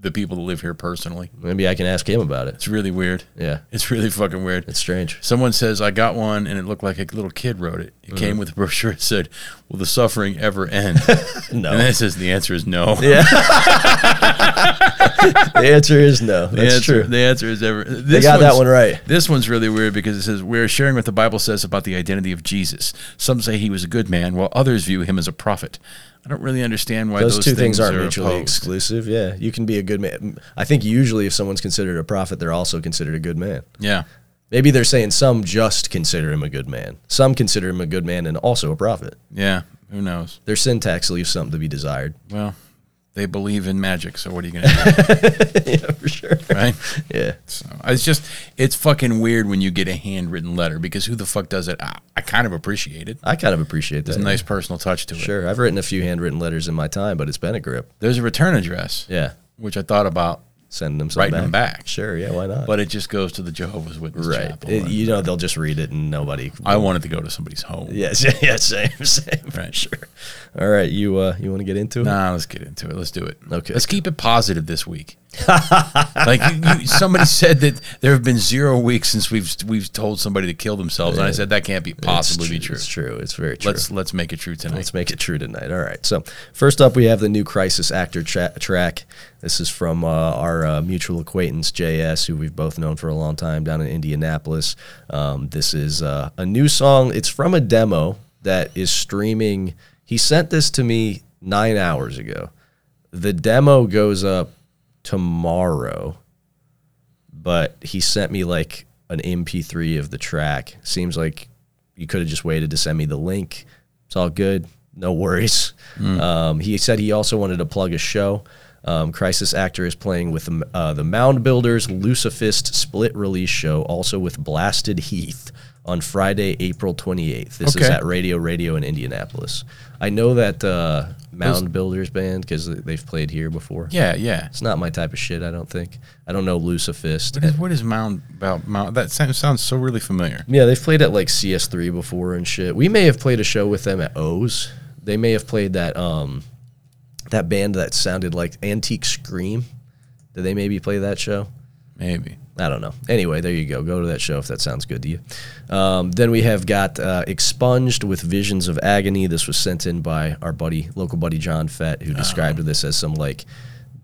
B: the people that live here personally.
A: Maybe I can ask him about it.
B: It's really weird.
A: Yeah,
B: It's really fucking weird.
A: it's strange.
B: Someone says, I got one, and it looked like a little kid wrote it. It
A: Mm-hmm.
B: came with a brochure. It said, Will the suffering ever end?
A: No,
B: and then it says, The answer is no.
A: the answer is no.
B: the
A: That's
B: answer,
A: true.
B: The answer is ever. This
A: They got that
B: one's-
A: one right.
B: This one's really weird because it says, We're sharing what the Bible says about the identity of Jesus. Some say he was a good man, while others view him as a prophet. I don't really understand why
A: Those,
B: those,
A: two things, aren't
B: are
A: mutually
B: opposed.
A: exclusive. Yeah, you can be a good man. I think usually if someone's considered a prophet, they're also considered a good man.
B: Yeah.
A: Maybe they're saying some just consider him a good man. Some consider him a good man and also a prophet.
B: Yeah. Who knows?
A: Their syntax leaves something to be desired.
B: Well, they believe in magic, so what are you going to
A: yeah, for sure.
B: do, right?
A: Yeah.
B: So it's just it's fucking weird when you get a handwritten letter because who the fuck does it? I, I kind of appreciate it.
A: I kind of appreciate that.
B: There's a nice personal touch to it.
A: Sure. I've written a few handwritten letters in my time, but it's been a grip.
B: There's a return address,
A: Yeah.
B: which I thought about,
A: Sending them something
B: Writing them back.
A: Sure. Yeah. Why not?
B: but it just goes to the Jehovah's Witness
A: right.
B: chapel.
A: It-
B: and
A: you know, they'll just read it and nobody.
B: I wanted to go to somebody's home.
A: Yes. Yeah. Same. Same.
B: Right.
A: Sure. All right. You, uh, you want to get into it?
B: Nah, let's get into it. Let's do it.
A: Okay.
B: Let's keep it positive this week. like you, you, somebody said that there have been zero weeks since we've we've told somebody to kill themselves, and I said that can't be
A: It's
B: possibly be true.
A: It's true. It's very true.
B: Let's let's make it true tonight.
A: Let's make it true tonight. All right. So first up, we have the new Crisis Actor tra- track. This is from uh, our uh, mutual acquaintance JS, who we've both known for a long time down in Indianapolis. Um, this is uh, a new song. It's from a demo that is streaming. He sent this to me nine hours ago. The demo goes up tomorrow, but he sent me like an MP3 of the track. Seems like you could have just waited to send me the link. It's all good. No worries. Um, he said he also wanted to plug a show. Um, Crisis Actor is playing with the, uh, the Mound Builders Lucifist split release show, also with Blasted Heath on Friday, April 28th. This is
B: Okay.
A: at Radio Radio in Indianapolis. I know that uh, Mound Builders band because they've played here before.
B: Yeah, yeah.
A: It's not my type of shit, I don't think. I don't know Lucifist.
B: What is what is mound about mound? That sounds sounds so really familiar.
A: Yeah, they've played at like CS3 before and shit. We may have played a show with them at O's. They may have played that um that band that sounded like Antique Scream. Did they maybe play that show?
B: Maybe.
A: I don't know. Anyway, there you go. Go to that show if that sounds good to you. Um, then we have got uh, Expunged with Visions of Agony. This was sent in by our buddy, local buddy John Fett, who described this as some like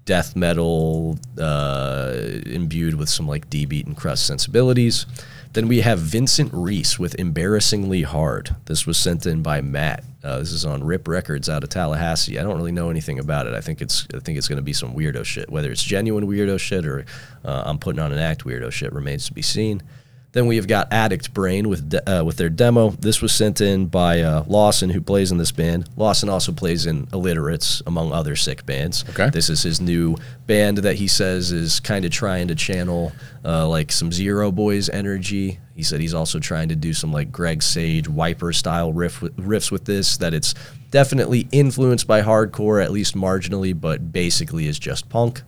A: death metal uh, imbued with some like D beat and crust sensibilities. Then we have Vincent Reese with Embarrassingly Hard. This was sent in by Matt. Uh, this is on Rip Records out of Tallahassee. I don't really know anything about it. I think it's I think it's going to be some weirdo shit. Whether it's genuine weirdo shit or uh, I'm putting on an act weirdo shit remains to be seen. Then we have got Addict Brain with de- uh, with their demo. This was sent in by uh, Lawson, who plays in this band. Lawson also plays in Illiterates, among other sick bands.
B: Okay.
A: This is his new band that he says is kind of trying to channel uh, like some Zero Boys energy. He said he's also trying to do some like Greg Sage Wiper style riff with, riffs with this. That it's definitely influenced by hardcore, at least marginally, but basically is just punk.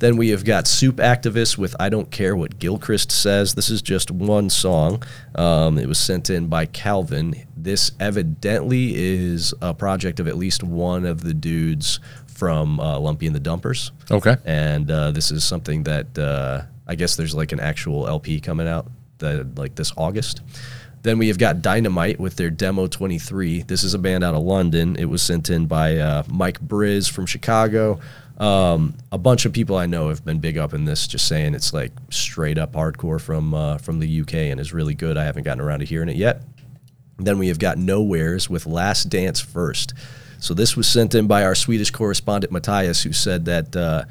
A: Then we have got Soup Activists with I Don't Care What Gilchrist Says. This is just one song. Um, it was sent in by Calvin. This evidently is a project of at least one of the dudes from uh, Lumpy and the Dumpers.
B: Okay.
A: And uh, this is something that uh, I guess there's like an actual LP coming out that, like this August. Then we have got Dynamite with their demo 23. This is a band out of London. It was sent in by uh, Mike Briz from Chicago. Um, a bunch of people I know have been big up in this, just saying it's like straight up hardcore from uh, from the UK and is really good. I haven't gotten around to hearing it yet. Then we have got Nowheres with Last Dance First. So this was sent in by our Swedish correspondent Matthias, who said that uh,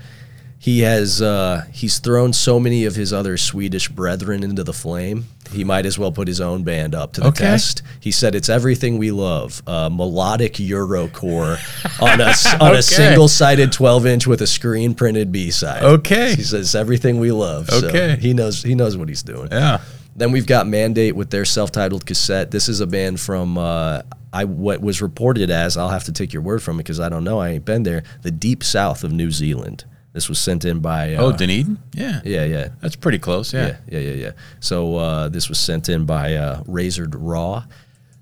A: he has uh, he's thrown so many of his other Swedish brethren into the flame. He might as well put his own band up to the
B: Okay.
A: test. He said it's everything we love, uh, melodic Eurocore on a s- on
B: Okay.
A: a single sided twelve inch with a screen printed B side.
B: Okay.
A: he says everything we love. So
B: Okay.
A: he knows he knows what he's doing.
B: Yeah.
A: Then we've got Mandate with their self-titled cassette. This is a band from uh, I what was reported as I'll have to take your word from it because I don't know. I ain't been there. The deep south of New Zealand. This was sent in by uh,
B: Oh, Dunedin. Yeah.
A: yeah yeah
B: That's pretty close. Yeah.
A: yeah, yeah, yeah, yeah. So uh, this was sent in by uh, Razored Raw.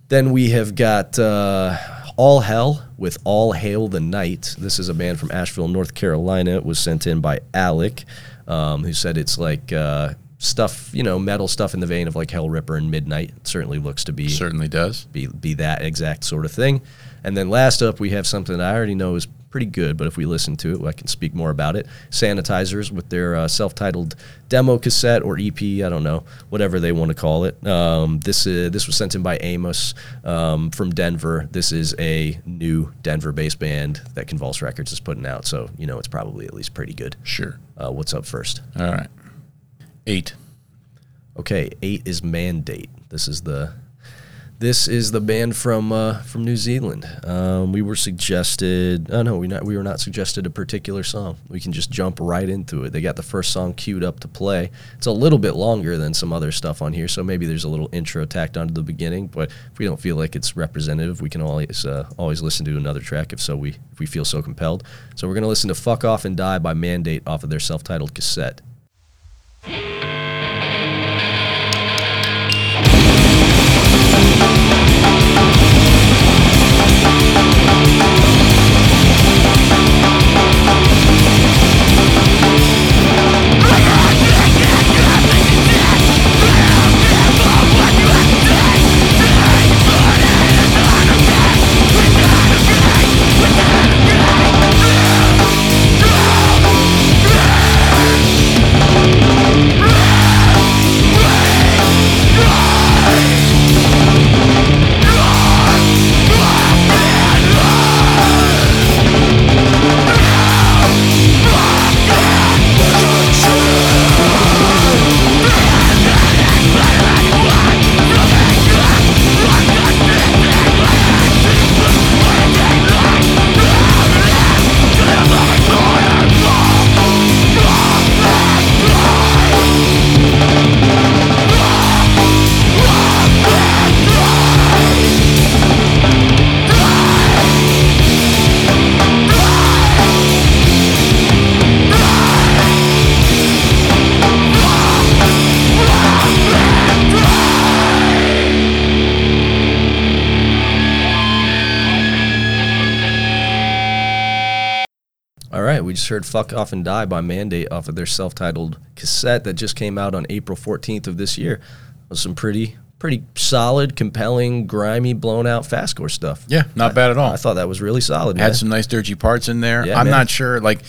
A: Then we have got uh, All Hell with All Hail the Night. This is a band from Asheville, North Carolina. It was sent in by Alec, um, who said it's like uh, stuff, you know, metal stuff in the vein of like Hell Ripper and Midnight. It certainly looks to be
B: Certainly does.
A: be be that exact sort of thing. And then last up, we have something I already know is pretty good, but if we listen to it, I can speak more about it. Sanitizers with their uh, self titled demo cassette or EP, I don't know, whatever they want to call it. Um, this, is, this was sent in by Amos um, from Denver. This is a new Denver based band that Convulse Records is putting out, so you know it's probably at least pretty good.
B: Sure.
A: Uh, what's up first?
B: All right. Eight.
A: Okay, eight is Mandate. This is the this is the band from uh, from New Zealand. Um, we were suggested. Oh no, we not we were not suggested a particular song. We can just jump right into it. They got the first song queued up to play. It's a little bit longer than some other stuff on here, so maybe there's a little intro tacked onto the beginning. But if we don't feel like it's representative, we can always uh, always listen to another track if so we if we feel so compelled. So we're gonna listen to "Fuck Off and Die" by Mandate off of their self-titled cassette. All right, we just heard Fuck Off and Die by Mandate off of their self titled cassette that just came out on April 14th of this year. It was some pretty, pretty solid, compelling, grimy, blown out fastcore stuff.
B: Yeah, not bad at all.
A: I thought that was really solid, man.
B: Had some nice dirty parts in there.
A: Yeah,
B: I'm
A: man.
B: not sure. Like,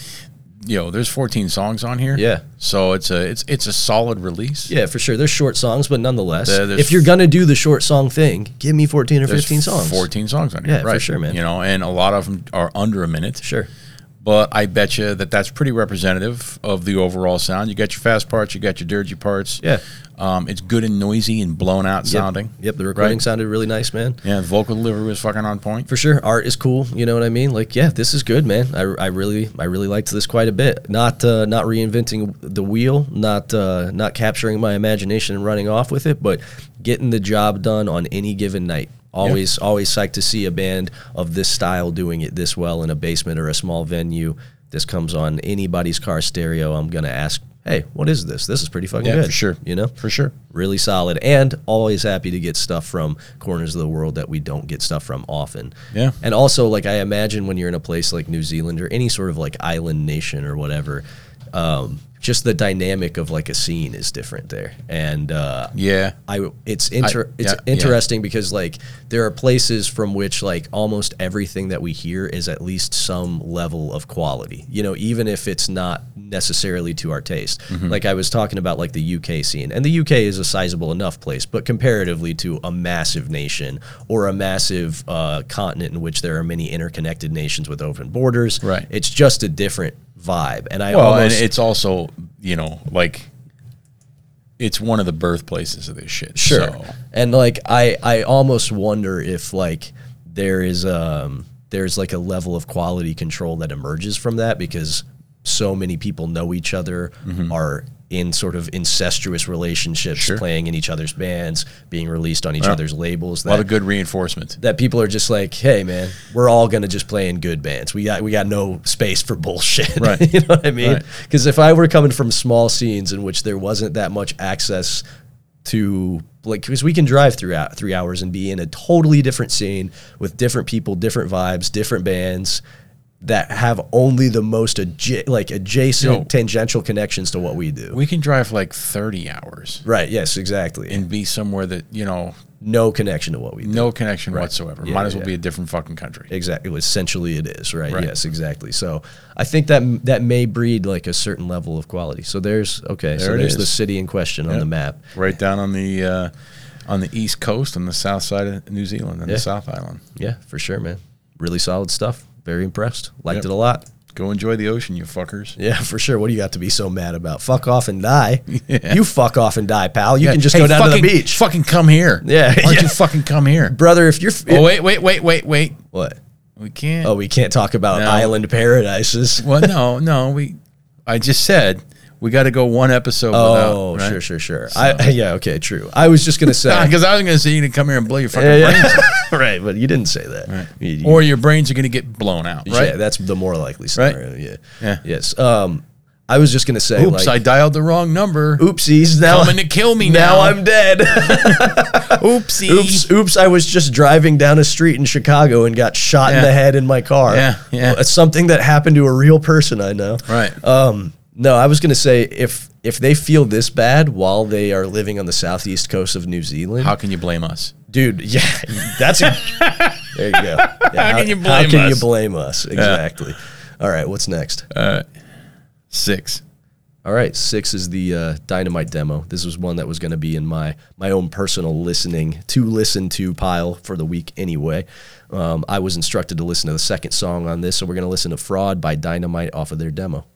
B: you know, there's 14 songs on here.
A: Yeah.
B: So it's a it's it's a solid release.
A: yeah, for sure. They're short songs, but nonetheless,
B: There- there's-
A: if you're going to do the short song thing, give me 14 or
B: There's
A: 15 songs.
B: 14 songs on here.
A: Yeah, for
B: right.
A: sure, man.
B: You know, and a lot of them are under a minute.
A: Sure.
B: But I bet you that that's pretty representative of the overall sound. You got your fast parts, you got your dirty parts.
A: Yeah.
B: Um, it's good and noisy and blown out
A: Yep.
B: sounding.
A: Yep, the recording
B: right?
A: sounded really nice, man.
B: Yeah, the vocal delivery was fucking on point.
A: for sure art is cool you know what i mean like yeah this is good man i, I really i really liked this quite a bit not uh, not reinventing the wheel not uh, not capturing my imagination and running off with it but getting the job done on any given night always always psyched to see a band of this style doing it this well in a basement or a small venue this comes on anybody's car stereo i'm gonna ask hey what is this this is pretty fucking
B: Yeah,
A: good
B: for sure.
A: you know
B: For sure.
A: really solid and always happy to get stuff from corners of the world that we don't get stuff from often
B: Yeah.
A: and also like i imagine when you're in a place like new zealand or any sort of like island nation or whatever um, just the dynamic of like a scene is different there and uh,
B: Yeah.
A: I it's inter
B: I-
A: it's
B: yeah,
A: interesting because like there are places from which like almost everything that we hear is at least some level of quality. You know, even if it's not necessarily to our taste.
B: Mm-hmm.
A: Like I was talking about like the UK scene. And the UK is a sizable enough place, but comparatively to a massive nation or a massive uh, continent in which there are many interconnected nations with open borders.
B: Right.
A: It's just a different vibe. And I
B: Well,
A: almost
B: and it's also, you know, like it's one of the birthplaces of this shit.
A: Sure.
B: So,
A: And like I I almost wonder if like there is um there's like a level of quality control that emerges from that because so many people know each other are in sort of incestuous relationships
B: Mm-hmm. Sure. Uh,
A: playing in each other's bands, being released on each other's labels
B: a lot
A: that
B: of good reinforcement.
A: that people are just like, "Hey man, we're all going to just play in good bands. We got we got no space for bullshit."
B: Right.
A: you know what I mean?
B: Right.
A: Because if I were coming from small scenes in which there wasn't that much access to like because we can drive through out three hours and be in a totally different scene with different people, different vibes, different bands that have only the most adja- like adjacent
B: Yo.
A: tangential connections to what we do.
B: We can drive like 30 hours
A: right. Yes. Exactly.
B: and be somewhere that, you know,
A: no connection to what we do.
B: No connection whatsoever.
A: Yeah,
B: Might as
A: yeah,
B: well
A: yeah.
B: be a different fucking country.
A: Exactly. Essentially, it is right?
B: Right.
A: Yes, exactly. So I think that that may breed like a certain level of quality. So there's okay. so
B: There it
A: there's
B: is.
A: the city in question on
B: Yep.
A: the map.
B: Right down on the uh, on the east coast, on the south side of New Zealand, on
A: Yeah.
B: the South Island.
A: Yeah, for sure, man. Really solid stuff. Very impressed. Liked
B: Yep.
A: it a lot.
B: Go enjoy the ocean, you fuckers.
A: Yeah, for sure. What do you got to be so mad about? Fuck off and die. You fuck off and die, pal. You can just
B: Hey,
A: go down
B: fucking,
A: to the beach,
B: Fucking come here. Why
A: Yeah,
B: don't
A: yeah.
B: you fucking come here?
A: brother. If you're f-
B: Oh wait, wait, wait, wait, wait.
A: what?
B: We can't.
A: Oh, we can't talk about
B: No.
A: island paradises.
B: Well, no, no. We. I just said we got to go one episode.
A: Oh,
B: without,
A: sure, sure, sure. I, yeah, okay, true. I was just gonna say,
B: Because I was going to say you to come here and blow your fucking
A: Yeah,
B: brains,
A: yeah. right, but you didn't say that. You- you-
B: or your brains are going to get blown out. Right.
A: Yeah, that's the more likely scenario. Yeah.
B: Yeah.
A: Yes. Um, I was just gonna say,
B: Oops, I
A: like,
B: dialed the wrong number.
A: oopsies. Now
B: Coming to kill me
A: now
B: now.
A: I'm dead.
B: Oopsie.
A: oops, oops. I was just driving down a street in Chicago and got shot in
B: Yeah.
A: the head in my car.
B: Yeah, yeah.
A: Well, It's something that happened to a real person I know.
B: Right.
A: Um, no, I was gonna say if if they feel this bad while they are living on the southeast coast of New Zealand,
B: How can you blame us?
A: dude yeah that's a, there you go Yeah, how,
B: can you
A: how
B: blame
A: can
B: us? Uh,
A: you blame us exactly all right what's next
B: Six.
A: all right six is the uh, dynamite demo this was one that was going to be in my my own personal listening to listen to pile for the week anyway um, i was instructed to listen to the second song on this so we're going to listen to fraud by dynamite off of their demo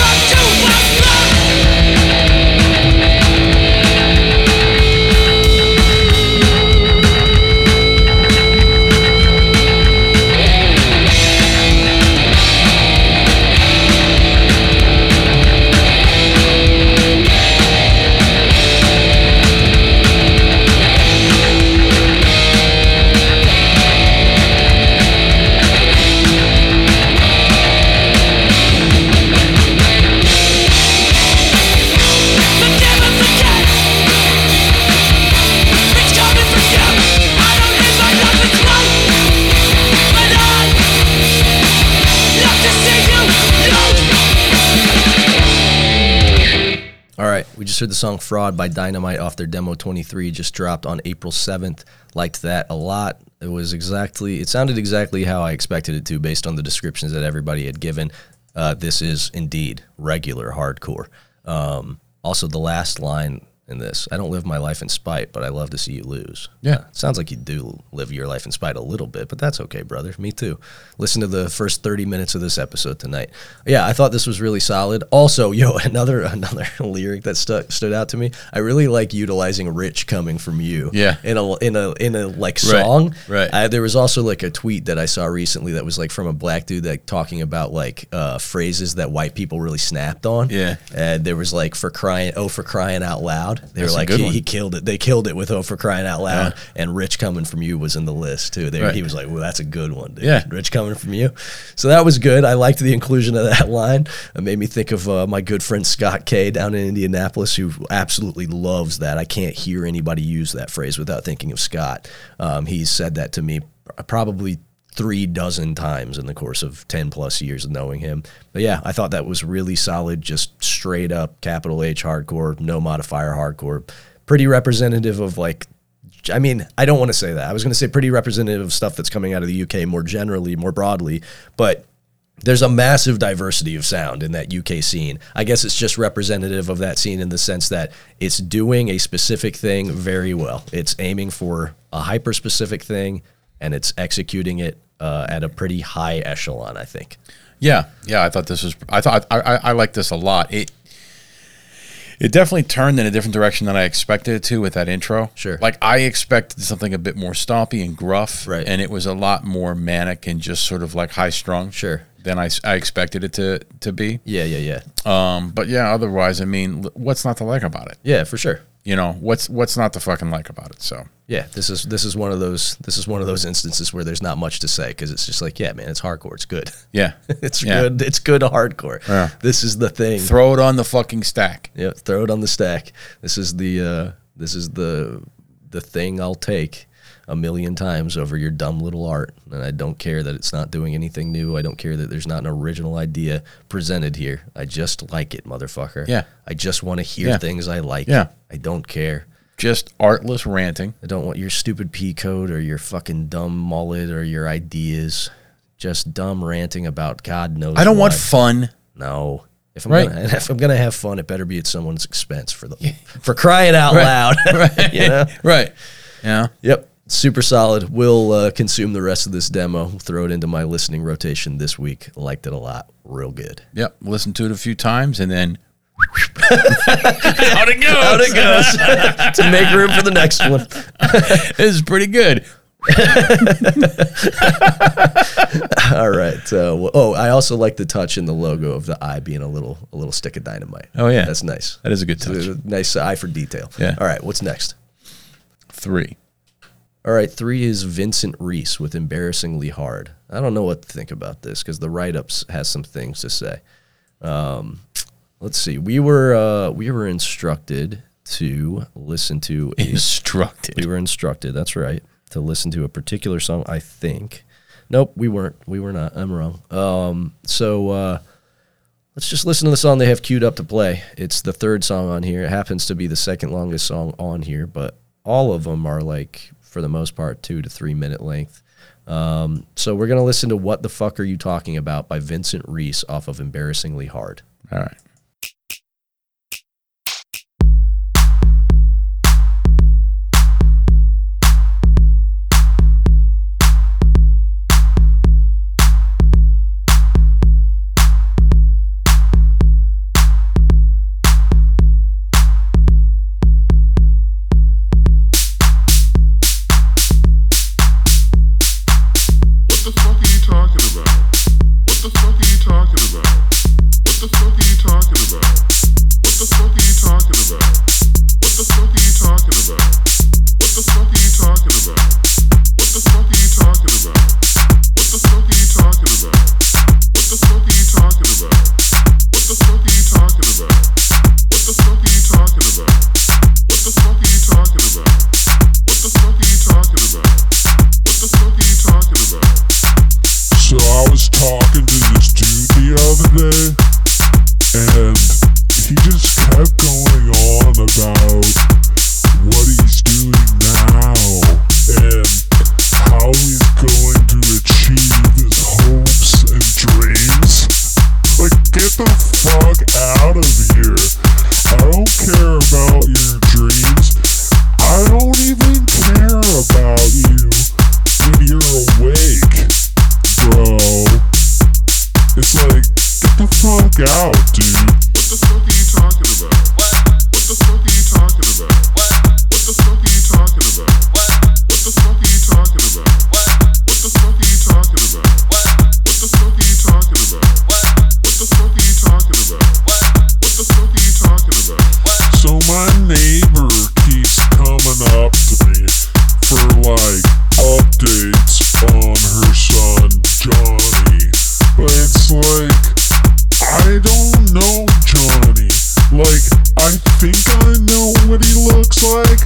C: I'm you. But never forget It's coming for you I don't live my life with life But I love to see you lose
A: All right, we just heard the song Fraud by Dynamite off their demo 23, just dropped on April 7th. Liked that a lot. It was exactly, it sounded exactly how I expected it to based on the descriptions that everybody had given. Uh, this is indeed regular hardcore. Um, also, the last line in this I don't live my life in spite, but I love to see you lose. Uh,
B: Yeah.
A: Sounds like you do live your life in spite a little bit, but that's okay, brother. Me too. Listen to the first 30 minutes of this episode tonight. Yeah, I thought this was really solid. Also, yo, another another lyric that stuck stood out to me. I really like utilizing rich coming from you.
B: Yeah.
A: In a in a in a like song.
B: right.
A: I, there was also like a tweet that I saw recently that was like from a black dude that talking about like uh, phrases that white people really snapped on.
B: Yeah.
A: And there was like for crying oh for crying out loud. They
B: That's
A: were
B: a
A: like
B: good
A: he,
B: one.
A: he killed it. They killed it with "Oh for crying out loud."
B: Yeah.
A: And "Rich coming from you" was in the list too. There,
B: Right.
A: he was like, "Well, that's a good one, dude."
B: Yeah.
A: "Rich coming from you," so that was good. I liked the inclusion of that line. It made me think of uh, my good friend Scott K down in Indianapolis, who absolutely loves that. I can't hear anybody use that phrase without thinking of Scott. Um, he's said that to me probably three dozen times in the course of 10 plus years of knowing him. But yeah, I thought that was really solid, just straight up capital H hardcore, no modifier hardcore. Pretty representative of like, I mean, I don't want to say that. I was going to say pretty representative of stuff that's coming out of the UK more generally, more broadly, but there's a massive diversity of sound in that UK scene. I guess it's just representative of that scene in the sense that it's doing a specific thing very well. It's aiming for a hyper specific thing and it's executing it uh, at a pretty high echelon, I think.
B: Yeah, yeah. I thought this was. I thought I, I, I like this a lot. It it definitely turned in a different direction than I expected it to with that intro.
A: Sure.
B: Like I expected something a bit more stompy and gruff,
A: Right.
B: And it was a lot more manic and just sort of like high strung.
A: Sure.
B: Than I, s- I expected it to to be.
A: Yeah, yeah, yeah.
B: Um. But yeah, otherwise, I mean, l- what's not to like about it?
A: Yeah, for sure.
B: You know, what's what's not to fucking like about it? So.
A: Yeah, this is this is one of those this is one of those instances where there's not much to say cuz it's just like, yeah, man, it's hardcore, it's good.
B: Yeah.
A: It's
B: Yeah.
A: good. It's good hardcore.
B: Yeah.
A: This is the thing.
B: Throw it on the fucking stack.
A: Yeah, throw it on the stack. This is the uh, this is the the thing I'll take a million times over your dumb little art, and I don't care that it's not doing anything new. I don't care that there's not an original idea presented here. I just like it, motherfucker.
B: Yeah.
A: I just want to hear
B: Yeah.
A: things I like.
B: Yeah.
A: I don't care.
B: Just artless ranting.
A: I don't want your stupid P code or your fucking dumb mullet or your ideas. Just dumb ranting about God knows.
B: I don't want
A: what.
B: fun.
A: No. If I'm
B: Right.
A: gonna if I'm gonna have fun, it better be at someone's expense for the for crying out loud. you know?
B: Right. Yeah.
A: Yep. Super solid. We'll uh, consume the rest of this demo. We'll throw it into my listening rotation this week. Liked it a lot. Real good.
B: Yep. Listen to it a few times and then
A: Out it goes. Out it goes. to make room for the next one.
B: this is pretty good.
A: All right. So, well, oh, I also like the touch in the logo of the eye being a little a little stick of dynamite.
B: Oh, yeah.
A: that's nice.
B: That is a good
A: It's a
B: touch.
A: nice eye for detail.
B: Yeah.
A: All right. What's next?
B: Three.
A: All right, three is Vincent Reese with embarrassingly hard. I don't know what to think about this because the write-ups has some things to say. Um, let's see. We were uh, we were instructed to listen to. A, we
B: Instructed.
A: were instructed. That's right to listen to a particular song. I think. Nope, we weren't. We were not. I'm wrong. Um, so uh, let's just listen to the song they have queued up to play. It's the third song on here. It happens to be the second longest song on here, but all of them are like, for the most part, two to three minute length. Um, so we're gonna listen to "What the Fuck Are You Talking About" by Vincent Reese off of "Embarrassingly Hard."
B: All right.
D: What the fuck are you talking about? What the fuck are you talking about? What the fuck are you talking about? What the fuck are you talking about? What the fuck are you talking about? What the fuck are you talking about? What the fuck are you talking about? What the fuck are you talking about? What the fuck are you talking about? What the fuck are you talking about? What the fuck are you talking about? What the fuck are you talking about? What the fuck are you talking about? What the fuck are you talking about?
E: So I was talking to this dude the other day, and he just kept going on about what he's doing now and how he's going to achieve his hopes and dreams. Like, get the fuck out of here. I don't care about your dreams. I don't even care about you when you're awake bro. It's like, get the fuck out, dude.
D: What the fuck are you talking about? What the fuck are you talking about? What the fuck are you talking about? What the fuck are you talking about? What the fuck are you talking about? What the fuck are you talking about? What the fuck are you talking about? What the fuck are you talking about?
E: So my neighbor keeps coming up to me for like updates on her son Johnny. But it's like I don't know Johnny. Like I think I know what he looks like,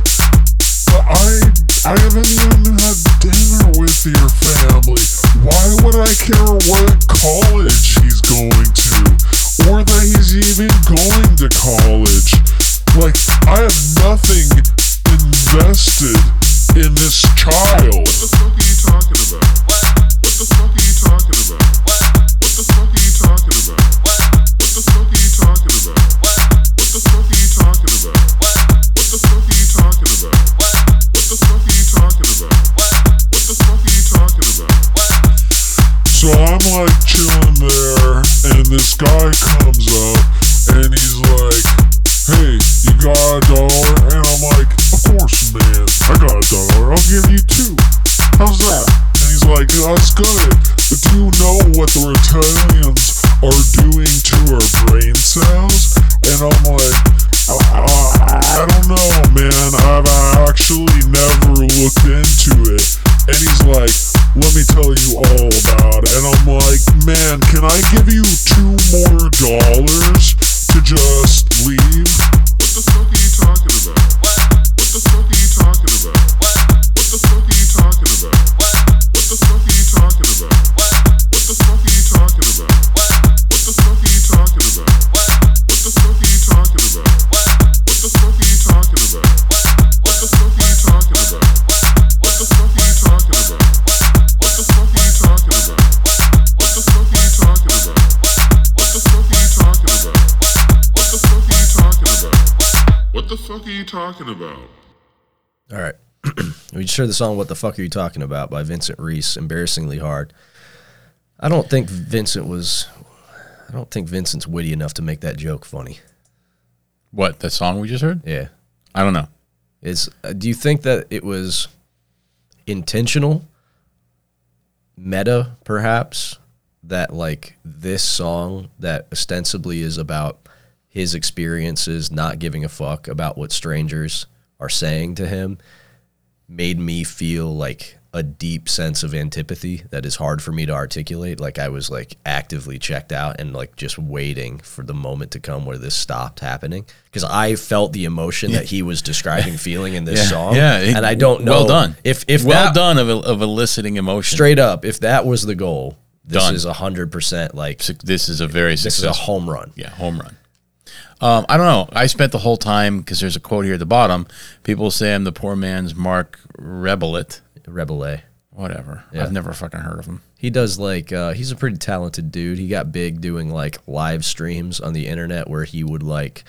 E: but I I haven't even had dinner with your family. Why would I care what college he's going to? or that he's even going to college. Like, I have nothing invested in this child.
D: What the fuck are you talking about? What the fuck are you talking about? What the fuck
E: like chilling there, and this guy comes up and he's like, Hey, you got a dollar? And I'm like, Of course, man, I got a dollar. I'll give you two. How's that? And he's like, That's good. But do you know what the Italians are doing to our brain cells? And I'm like, "Uh, I don't know, man. I've actually never looked into it. And he's like, let me tell you all about it. And I'm like, man, can I give you two more dollars to just leave?
D: What the fuck are you talking about? What the fuck are you talking about? What the fuck are you talking about? What the fuck are you talking about? What the fuck are you talking about? What the fuck are you talking about? What the fuck are you talking about? What the fuck are you talking about? What the fuck are you talking about? What the fuck are you talking about? What the fuck are you talking about? What the fuck are you talking about? What the fuck are you talking about? What the fuck are you talking about? What the fuck are you talking about?
A: All right. we just heard the song What the Fuck Are You Talking About by Vincent Reese, embarrassingly hard. I don't think Vincent was I don't think Vincent's witty enough to make that joke funny.
B: What that song we just heard?
A: Yeah.
B: I don't know.
A: Is uh, do you think that it was intentional meta perhaps that like this song that ostensibly is about his experiences not giving a fuck about what strangers are saying to him made me feel like a deep sense of antipathy that is hard for me to articulate like i was like actively checked out and like just waiting for the moment to come where this stopped happening because i felt the emotion that he was describing feeling in this
B: Yeah,
A: song
B: yeah, it-
A: and i don't know
B: Well done.
A: if if
B: well
A: that,
B: done of, of eliciting emotion.
A: straight up, if that was the goal, this
B: Done.
A: is is hundred percent like
B: Su- This is a very
A: this is a
B: successful.
A: home run.
B: yeah home run. Um, I don't know. I spent the whole time because there's a quote here at the bottom. People say I'm the poor man's Mark Rebelit.
A: Rebel A.
B: Whatever.
A: Yeah.
B: I've never fucking heard of him.
A: He does like uh, he's a pretty talented dude. He got big doing like live streams on the internet where he would like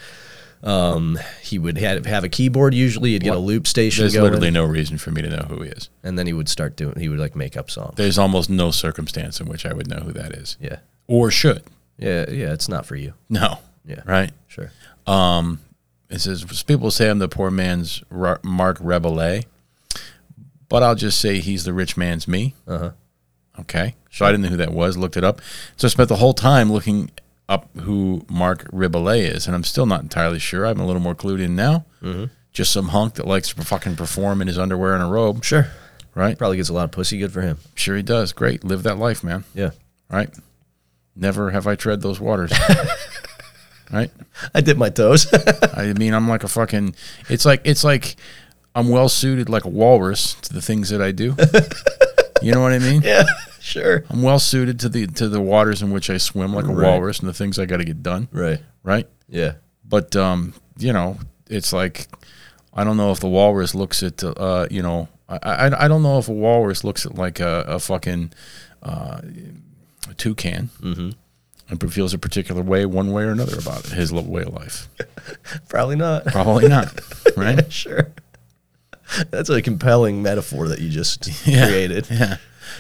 A: um he would have, have a keyboard usually he'd get a loop station
B: There's
A: going
B: literally no reason for me to know who he is.
A: and then he would start doing he would like make up songs
B: There's almost no circumstance in which I would know who that is,
A: yeah
B: or should.
A: yeah yeah it's not for you
B: No.
A: Yeah.
B: Right.
A: sure
B: It says people say I'm the poor man's Ra- Mark Rebelet, but I'll just say he's the rich man's me. Uh huh. Okay. So I didn't know who that was. Looked it up. So I spent the whole time looking up who Mark Rebelet is, and I'm still not entirely sure. I'm a little more clued in now. Mm-hmm. Just some hunk that likes to fucking perform in his underwear and a robe.
A: sure
B: Right.
A: probably gets a lot of pussy good for him
B: Sure he does. Great. Live that life, man.
A: yeah
B: Right. Never have I tread those waters. right.
A: I dip my toes
B: I mean, I'm like a fucking. It's like it's like I'm well suited like a walrus to the things that I do. you know what I mean?
A: yeah sure
B: I'm well suited to the to the waters in which I swim like a
A: Right.
B: walrus and the things I got to get done.
A: right
B: Right.
A: yeah
B: But um, you know, it's like I don't know if the walrus looks at uh, you know, I, I I don't know if a walrus looks at like a, a fucking uh, a toucan.
A: Mm-hmm.
B: And feels a particular way, one way or another, about his lo- way of life.
A: probably not
B: Probably not, right?
A: Sure. That's a compelling metaphor that you just created.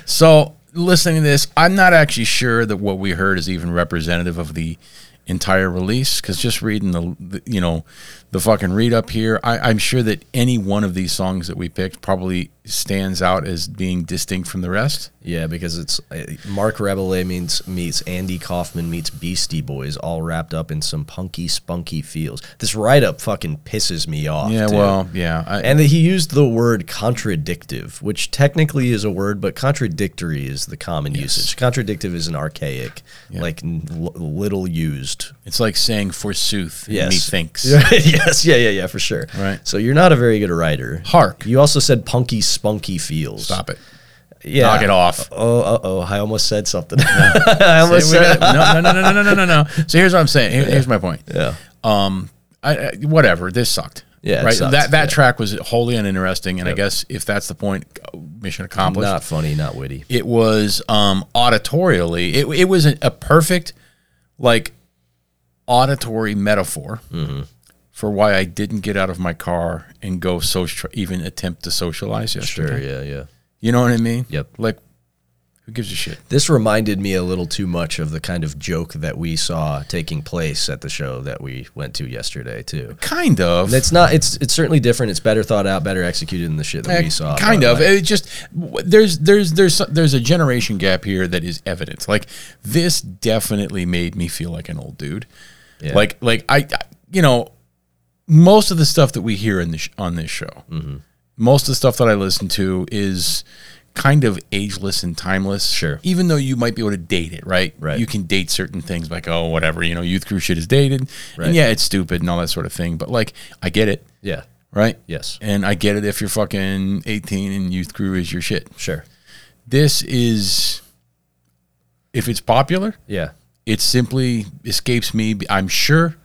B: So, listening to this, I'm not actually sure that what we heard is even representative of the entire release because just reading the, the you know the fucking read up here I, i'm sure that any one of these songs that we picked probably stands out as being distinct from the rest
A: Yeah, because it's uh, Mark Rabelais means meets Andy Kaufman meets Beastie Boys, all wrapped up in some punky, spunky feels. This write up fucking pisses me off.
B: yeah
A: dude.
B: well yeah I,
A: And he used the word contradictive, which technically is a word, but contradictory is the common usage. Contradictive is an archaic, like n- l- little used
B: it's like saying forsooth
A: Yes.
B: methinks
A: Yeah, yes. Yeah. Yeah. Yeah. For sure.
B: Right.
A: So you're not a very good writer.
B: Hark.
A: You also said punky, spunky feels.
B: stop it
A: Yeah.
B: knock it off
A: Oh. Uh oh. I almost said something. I almost
B: Say we
A: said.
B: got- no, no, no, no, no, no, no, no. So here's what I'm saying. Here- Here's my point.
A: Yeah.
B: Um. I, I whatever. This sucked.
A: Yeah, it
B: Right.
A: sucked.
B: That that
A: Yeah.
B: track was wholly uninteresting, and I guess if that's the point, mission accomplished.
A: Not funny. Not witty.
B: It was um auditorially. It it was a, a perfect like auditory metaphor.
A: Mm-hmm.
B: For why I didn't get out of my car and go social, even attempt to socialize yesterday.
A: Sure. Yeah. Yeah.
B: You know what I mean?
A: Yep.
B: Like, Who gives a shit?
A: This reminded me a little too much of the kind of joke that we saw taking place at the show that we went to yesterday too.
B: Kind of.
A: And it's not. It's it's certainly different. It's better thought out, better executed than the shit that
B: Eh,
A: we saw.
B: Kind
A: but,
B: of.
A: like,
B: It just w- there's there's there's there's a generation gap here that is evident. Like this definitely made me feel like an old dude.
A: Yeah.
B: Like like I, I- you know most of the stuff that we hear in this on this show,
A: Mm-hmm.
B: most of the stuff that I listen to is kind of ageless and timeless.
A: Sure.
B: Even though you might be able to date it, right?
A: Right.
B: You can date certain things like oh whatever you know youth crew shit is dated
A: Right.
B: and yeah it's stupid and all that sort of thing. But like I get it.
A: yeah.
B: Right.
A: Yes.
B: And I get it if you're fucking 18 and youth crew is your shit.
A: Sure.
B: This is, if it's popular,
A: Yeah.
B: it simply escapes me, I'm sure,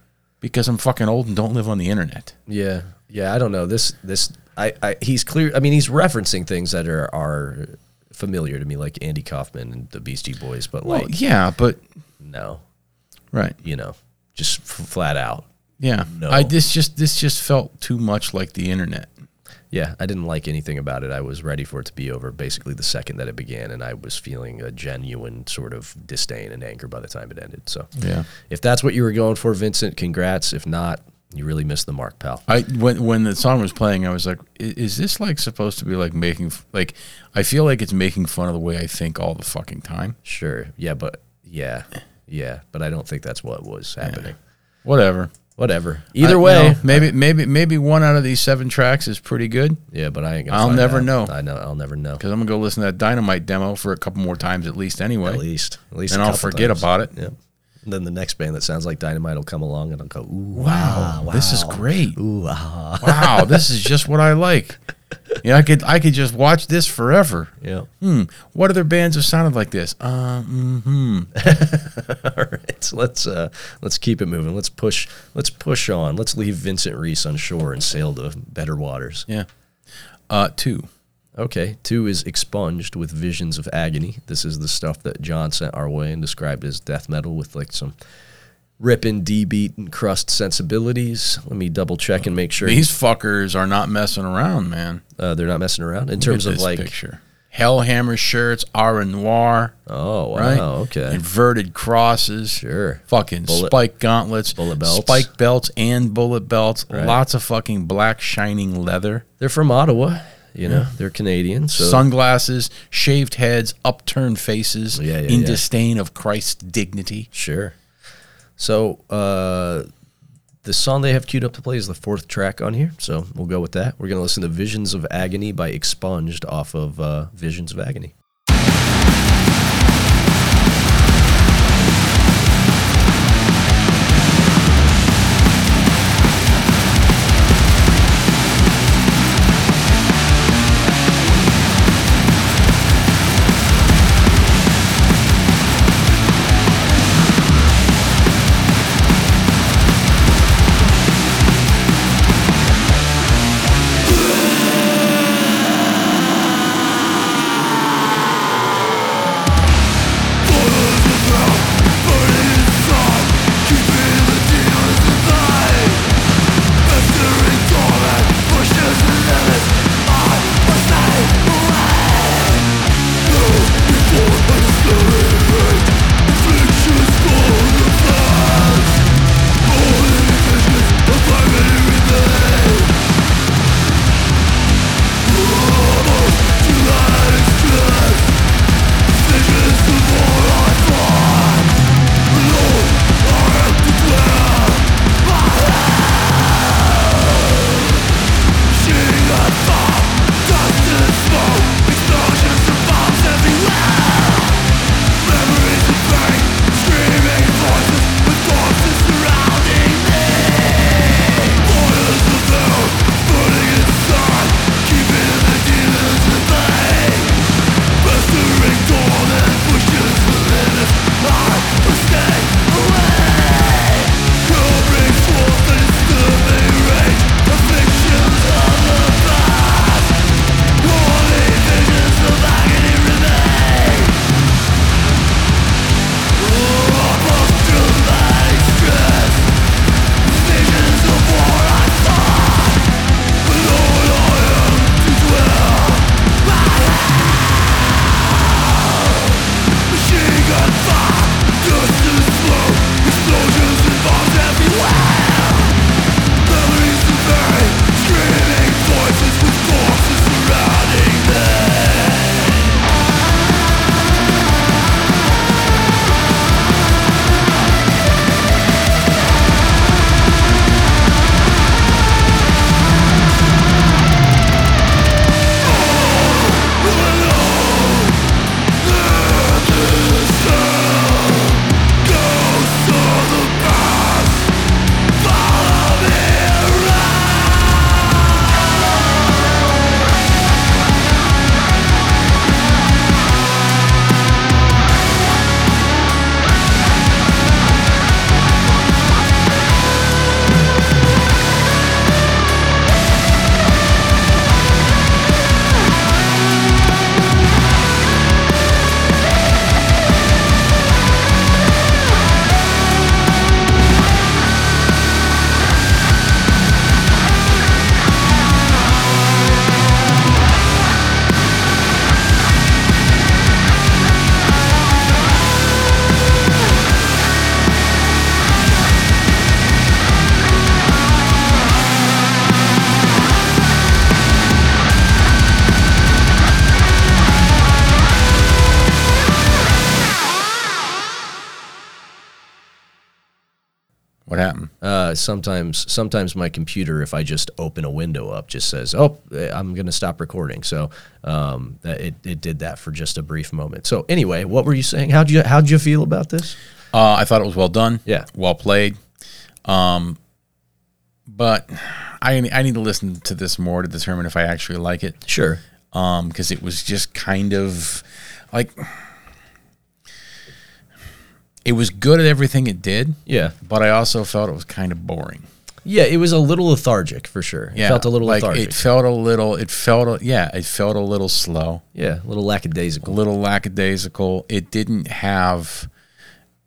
B: because I'm fucking old and don't live on the internet.
A: Yeah. Yeah. I don't know. This this I, I he's clear. I mean, he's referencing things that are are familiar to me, like Andy Kaufman and the Beastie Boys. But
B: Well,
A: like,
B: yeah, but,
A: no,
B: right.
A: you know, just f- flat out.
B: Yeah.
A: No.
B: I this just this just felt too much like the internet.
A: Yeah, I didn't like anything about it. I was ready for it to be over basically the second that it began, and I was feeling a genuine sort of disdain and anger by the time it ended. So,
B: Yeah.
A: if that's what you were going for, Vincent, congrats. If not, you really missed the mark, pal.
B: I when when the song was playing, I was like, "I- "Is this like supposed to be like making f- like?" I feel like it's making fun of the way I think all the fucking time.
A: Sure. Yeah, but yeah, yeah, but I don't think that's what was happening.
B: Whatever.
A: Whatever.
B: I-
A: Either
B: you
A: way,
B: know, maybe maybe maybe one out of these seven tracks is pretty good
A: Yeah, but I ain't gonna.
B: I'll
A: find
B: never
A: out.
B: know.
A: I know. I'll never know.
B: because I'm gonna go listen to that Dynamite demo for a couple more times at least anyway,
A: At least, at least,
B: and
A: a
B: I'll
A: couple
B: forget
A: times.
B: about it.
A: Yeah. And then the next band that sounds like Dynamite will come along, and I'll go, ooh,
B: Wow, this is great.
A: ooh, ah.
B: Wow, this is just what I like. Yeah, I could I could just watch this forever.
A: Yeah.
B: Hmm, what other bands have sounded like this? Uh, mm-hmm.
A: All right. So let's uh, let's keep it moving. Let's push. Let's push on. Let's leave Vincent Reese on shore and sail to better waters.
B: Yeah, uh, two.
A: Okay. Two is expunged with visions of agony. This is the stuff that John sent our way and described as death metal with like some ripping D beat and crust sensibilities. Let me double check and make sure
B: These fuckers are not messing around, man.
A: uh, they're not messing around in
B: Look
A: terms
B: at
A: of
B: this
A: like.
B: picture. Hellhammer shirts, R and Noir.
A: Oh, wow.
B: right?
A: Okay.
B: Inverted crosses.
A: Sure.
B: Fucking
A: Bullet-
B: spike gauntlets.
A: bullet belts.
B: Spike belts and bullet belts.
A: Right.
B: Lots of fucking black shining leather.
A: They're from Ottawa. You know, they're Canadian. So
B: Sunglasses, shaved heads, upturned faces
A: Yeah, yeah,
B: in
A: yeah.
B: disdain of Christ's dignity.
A: sure. So uh, the song they have queued up to play is the fourth track on here. So we'll go with that. We're gonna listen to "Visions of Agony" by Expunged off of uh, "Visions of Agony."
F: Visions
B: What happened?
A: Uh, sometimes, sometimes my computer, if I just open a window up, just says, "Oh, eh, I'm going to stop recording." So um, that it, it did that for just a brief moment. So anyway, what were you saying? How'd you how'd you feel about this?
B: Uh, I thought it was well done.
A: Yeah.
B: Well played. Um, but I I need to listen to this more to determine if I actually like it.
A: Sure.
B: Um, because it was just kind of like it was good at everything it did.
A: Yeah.
B: But I also felt it was kind of boring.
A: Yeah, it was a little lethargic for sure. It felt a little
B: like
A: lethargic.
B: it felt a little. It felt a, yeah. It felt a little slow.
A: yeah, a little
B: a
A: lackadaisical.
B: little lackadaisical. It didn't have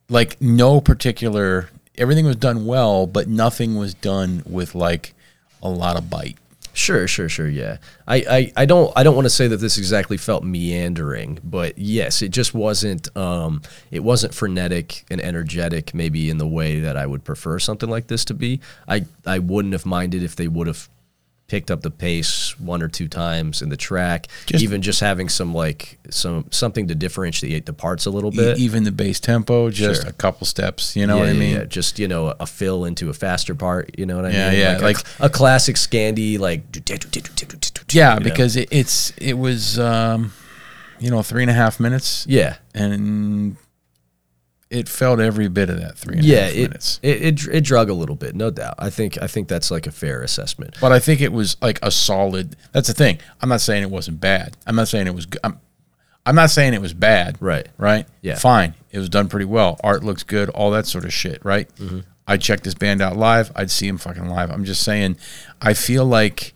B: like no particular everything was done well, but nothing was done with like a lot of bite.
A: Sure, sure, sure. Yeah, I, I, I don't, I don't want to say that this exactly felt meandering, but yes, it just wasn't, um, it wasn't frenetic and energetic, maybe in the way that I would prefer something like this to be. I, I wouldn't have minded if they would have picked up the pace one or two times in the track,
B: Just-
A: even just having some like some something to differentiate the parts a little
B: E-
A: bit.
B: even the base tempo, just
A: Sure.
B: a couple steps, you know
A: yeah,
B: what I
A: yeah,
B: mean?
A: yeah. Just you know, a fill into a faster part. You know what I
B: Yeah,
A: mean?
B: yeah,
A: Like,
B: like-
A: a, a classic Scandi, like
B: Yeah,
A: you know?
B: because it, it's it was um you know, three and a half minutes
A: yeah,
B: and it felt every bit of that three and a half
A: yeah, it,
B: minutes.
A: it it dr- it drug a little bit, no doubt. I think I think that's like a fair assessment.
B: But I think it was like a solid. That's the thing. I'm not saying it wasn't bad. I'm not saying it was. go- I'm, I'm not saying it was bad.
A: Right.
B: Right.
A: Yeah.
B: Fine. It was done pretty well. Art looks good. All that sort of shit. Right.
A: Mm-hmm.
B: I'd check this band out live. I'd see him fucking live. I'm just saying. I feel like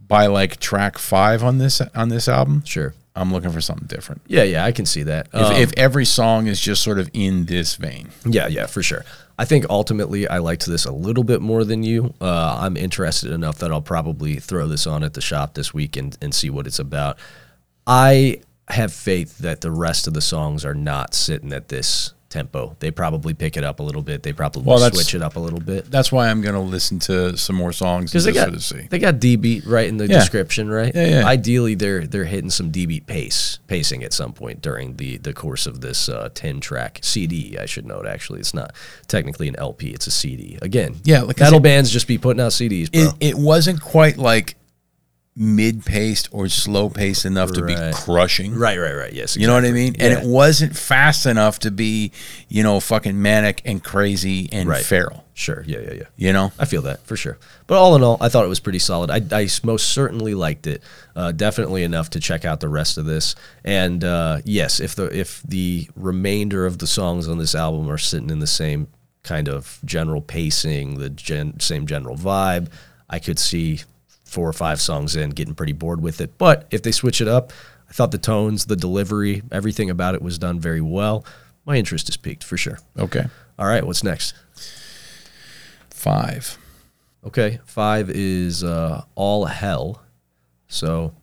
B: by like track five on this on this album,
A: Sure.
B: I'm looking for something different.
A: Yeah, yeah, I can see that.
B: If,
A: Um,
B: if every song is just sort of in this vein,
A: Yeah, yeah, for sure. I think ultimately I liked this a little bit more than you. Uh, I'm interested enough that I'll probably throw this on at the shop this week and, and see what it's about. I have faith that the rest of the songs are not sitting at this tempo. They probably pick it up a little bit. They probably
B: Well, that's-
A: switch it up a little bit.
B: that's why I'm gonna listen to some more songs
A: Because they
B: just
A: got
B: sort of see.
A: they got D beat right in the
B: Yeah.
A: description, right?
B: Yeah, yeah.
A: Ideally, they're they're hitting some D beat pace pacing at some point during the the course of this uh, ten track CD. I should note actually, it's not technically an LP; it's a CD. Again,
B: Yeah, like I
A: metal
B: said-
A: bands just be putting out CDs, bro.
B: it, it wasn't quite like mid paced or slow paced enough to
A: Right.
B: be crushing.
A: right, right, right. Yes,
B: You know what I mean? And it
A: Yeah.
B: wasn't fast enough to be, you know, fucking manic and crazy and
A: Right.
B: feral.
A: sure. Yeah, yeah, yeah.
B: You know?
A: I feel that for sure. But all in all, I thought it was pretty solid. I, I s- most certainly liked it, uh, definitely enough to check out the rest of this. And uh, yes, if the if the remainder of the songs on this album are sitting in the same kind of general pacing, the gen, same general vibe, I could see four or five songs in getting pretty bored with it. But if they switch it up, I thought the tones, the delivery, everything about it was done very well. My interest is piqued for sure.
B: Okay.
A: All right, what's next?
B: Five.
A: Okay, five is uh, all hell. So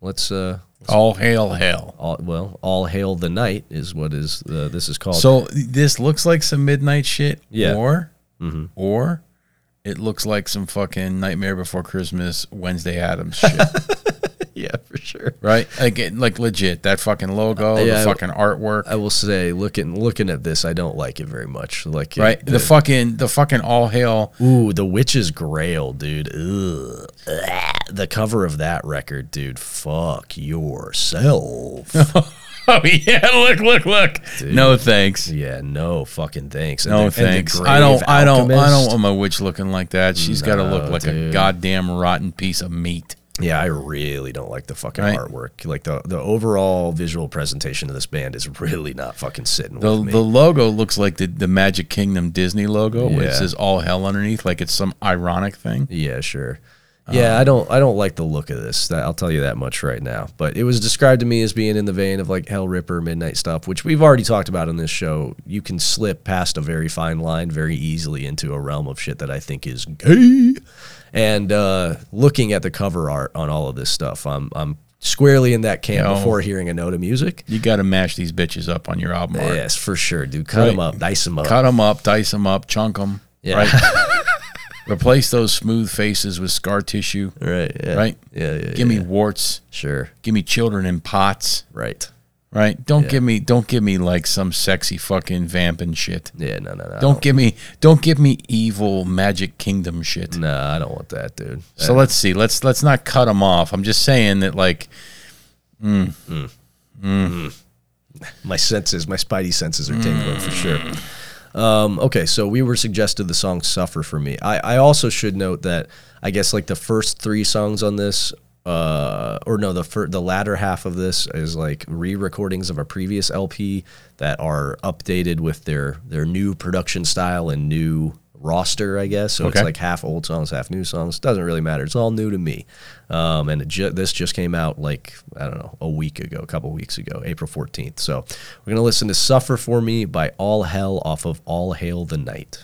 A: let's uh,
B: All hail hell.
A: all, well, all hail the night is what is uh, this is called.
B: So this looks like some midnight shit.
A: Yeah. Mm-hmm.
B: Or or it looks like some fucking Nightmare Before Christmas Wednesday Adams shit.
A: yeah, for sure.
B: right? Like it- like legit. That fucking logo,
A: Uh, Yeah, I-
B: the fucking artwork.
A: I will say, looking looking at this, I don't like it very much. Like it-
B: right? The, fucking the fucking all hail.
A: ooh, the witch's grail, dude. Ugh. Ah, The cover of that record, dude. Fuck yourself.
B: Oh yeah, look, look, look. No thanks.
A: yeah, no fucking thanks. And
B: No
A: the- and the
B: thanks. I don't.
A: Grave
B: I don't. I don't
A: Alchemist.
B: want my witch looking like that. She's got to
A: No,
B: look like a
A: dude.
B: goddamn rotten piece of meat.
A: Yeah, I really don't like the fucking
B: Right.
A: artwork. Like the the overall visual presentation of this band is really not fucking sitting
B: The
A: with me.
B: the logo looks like the the Magic Kingdom Disney logo where
A: Yeah.
B: it says all hell underneath, like it's some ironic thing.
A: yeah, sure.
B: Uh,
A: Yeah, I don't I don't like the look of this. That, I'll tell you that much right now. But it was described to me as being in the vein of like Hell Ripper, Midnight stuff, which we've already talked about on this show. You can slip past a very fine line very easily into a realm of shit that I think is gay. And uh, looking at the cover art on all of this stuff, I'm I'm squarely in that camp
B: Yo.
A: before hearing a note of music.
B: You got to mash these bitches up on your album art.
A: Yes, for sure, dude. Cut
B: Right.
A: them up, dice them up.
B: Cut them up, dice them up, chunk them.
A: Yeah.
B: Right. Replace those smooth faces with scar tissue.
A: Right. Yeah.
B: Right.
A: Yeah. yeah
B: Give me
A: yeah.
B: warts.
A: Sure.
B: Give me children in pots.
A: Right.
B: right? Don't give me don't give me like some sexy fucking vamping shit.
A: Yeah, no, no, no. I
B: Don't give me don't give me evil magic kingdom shit.
A: No, I don't want that, dude.
B: So let's see. Let's let's not cut them off. I'm just saying that like
A: my senses, my spidey senses are tingling for sure. Um, okay, so we were suggested the song "Suffer" for me. I, I also should note that I guess like the first three songs on this, uh, or no, the fir- the latter half of this is like re-recordings of a previous LP that are updated with their their new production style and new roster, I guess. So it's
B: Okay.
A: like half old songs, half new songs. Doesn't really matter. It's all new to me. Um, and it ju- this just came out like, I don't know, a week ago, a couple weeks ago, April 14th. So we're going to listen to Suffer For Me by All Hell off of All Hail the Night.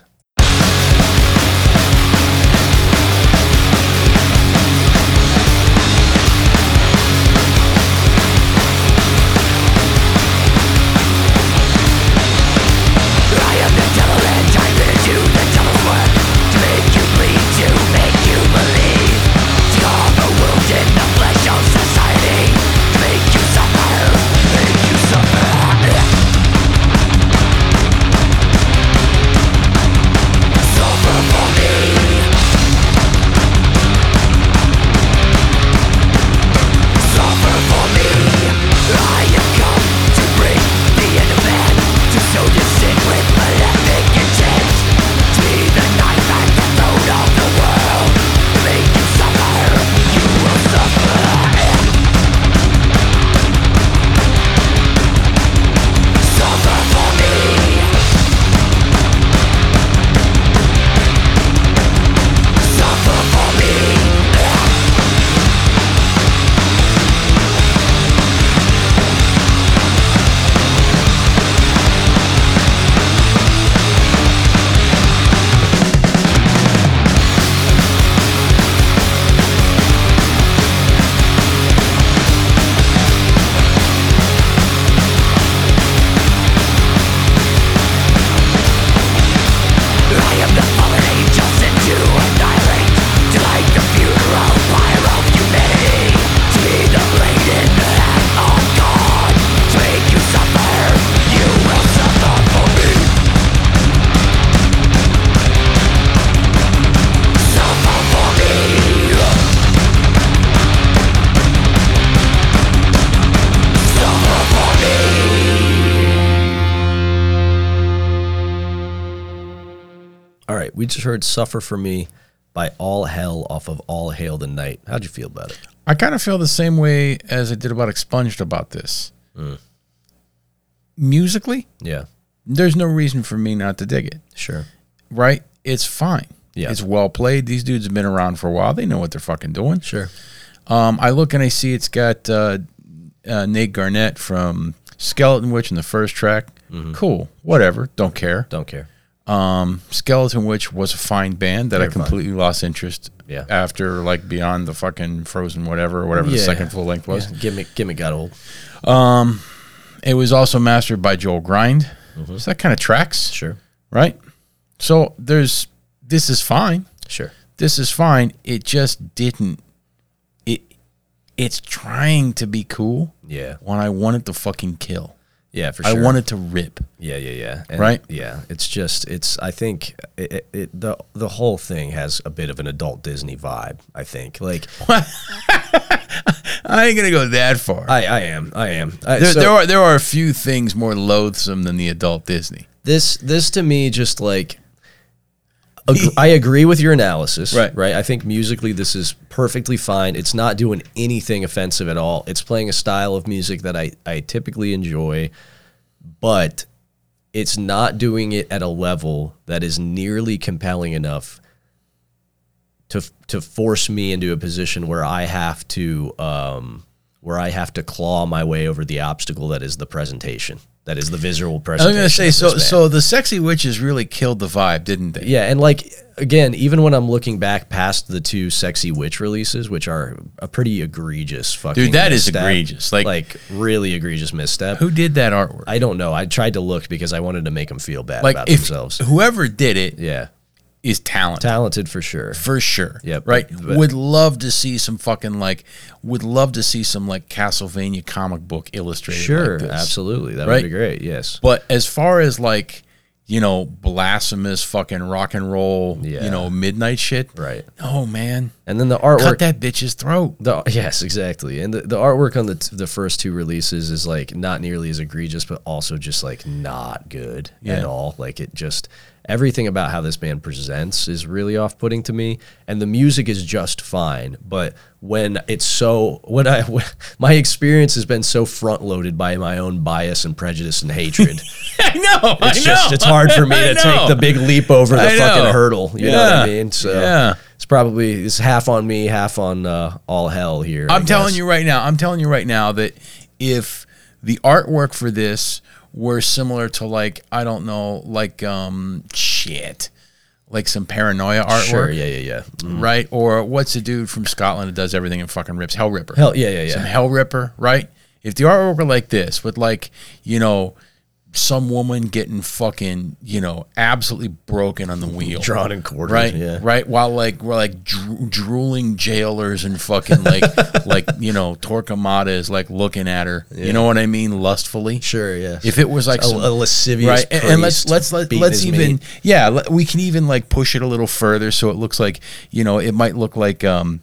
A: All right, we just heard Suffer For Me by All Hell off of All Hail the Night. How'd you feel about it?
B: I kind of feel the same way as I did about Expunged about this.
A: Mm.
B: Musically,
A: Yeah,
B: there's no reason for me not to dig it.
A: sure.
B: Right? It's fine.
A: Yeah.
B: It's well played. These dudes have been around for a while. They know what they're fucking doing.
A: Sure.
B: Um, I look and I see it's got uh, uh, Nate Garnett from Skeleton Witch in the first track. Cool. Whatever. Don't care.
A: Mm-hmm. Don't care.
B: Skeleton Witch was a fine band that I
A: fine.
B: completely lost interest
A: Yeah.
B: after like beyond the fucking Frozen whatever whatever the
A: Yeah.
B: second full length was.
A: Yeah, Gimme, gimme got old.
B: It was also mastered by Joel Grind. So that kind of tracks,
A: Mm-hmm. Sure.
B: right? So there's this is fine.
A: Sure.
B: This is fine. It just didn't it it's trying to be cool
A: Yeah.
B: when I want it to fucking kill.
A: Yeah, for
B: I
A: sure.
B: want it to rip.
A: Yeah, yeah, yeah. And
B: Right?
A: Yeah, it's just it's. I think it, it, it the the whole thing has a bit of an adult Disney vibe. I think like
B: I ain't gonna go that far.
A: I I am I am. I,
B: there,
A: so
B: there are there are a few things more loathsome than the adult Disney.
A: this this to me just like. Ag- I agree with your analysis.
B: Right.
A: Right. I think musically this is perfectly fine. It's not doing anything offensive at all. It's playing a style of music that I, I typically enjoy, but it's not doing it at a level that is nearly compelling enough to to force me into a position where I have to um, where I have to claw my way over the obstacle that is the presentation, that is the visual
B: I was
A: presentation.
B: gonna say
A: of
B: so.
A: this band.
B: So the sexy witches really killed the vibe, didn't they?
A: Yeah, and like again, even when I'm looking back past the two sexy witch releases, which are a pretty egregious fucking
B: Dude, that is
A: misstep,
B: egregious. Like-
A: like really egregious misstep.
B: Who did that artwork?
A: I don't know. I tried to look because I wanted to make them feel bad
B: like
A: about
B: if
A: themselves.
B: whoever did it
A: Yeah,
B: is talent.
A: Talented for sure.
B: for sure.
A: Yeah, but-
B: Right.
A: but-
B: would love to see some fucking like. Would love to see some like Castlevania comic book illustrated.
A: Sure,
B: like this.
A: absolutely. That
B: Right?
A: would be great. Yes.
B: But as far as like you know blasphemous fucking rock and roll,
A: Yeah.
B: you know midnight shit.
A: Right.
B: Oh man,
A: And then the artwork.
B: cut that bitch's throat.
A: The, yes, exactly. And the, the artwork on the t- the first two releases is like not nearly as egregious, but also just like not good at
B: Yeah.
A: all. Like it just everything about how this band presents is really off putting to me, and the music is just fine. But when it's so when I when, my experience has been so front loaded by my own bias and prejudice and hatred.
B: I know. I
A: It's just
B: know.
A: it's hard for me
B: I
A: to
B: know.
A: take the big leap over the
B: I
A: fucking
B: know.
A: hurdle. You know what I
B: Yeah.
A: mean? So
B: Yeah.
A: it's probably it's half on me, half on uh, all hell here. I
B: I'm telling
A: guess.
B: you right now. I'm telling you right now that if the artwork for this were similar to like I don't know, like um shit, like some paranoia artwork,
A: Sure, yeah, yeah, yeah. Mm.
B: right? Or what's the dude from Scotland that does everything and fucking rips Hell Ripper?
A: Hell, yeah, yeah,
B: Some
A: yeah.
B: Hell Ripper, right? If the artwork were like this, with like you know. Some woman getting fucking, you know, absolutely broken on the wheel,
A: Drawn and quartered,
B: right?
A: yeah.
B: right? While like we're like dro- drooling jailers and fucking like like you know Torquemada is like looking at her. You know what I mean? Lustfully.
A: Sure, yeah.
B: If it was like
A: A-
B: some-
A: a lascivious
B: right? And, and let's
A: priest
B: let's let,
A: beating
B: let's
A: his
B: even
A: meat.
B: yeah le- we can even like push it a little further so it looks like you know it might look like um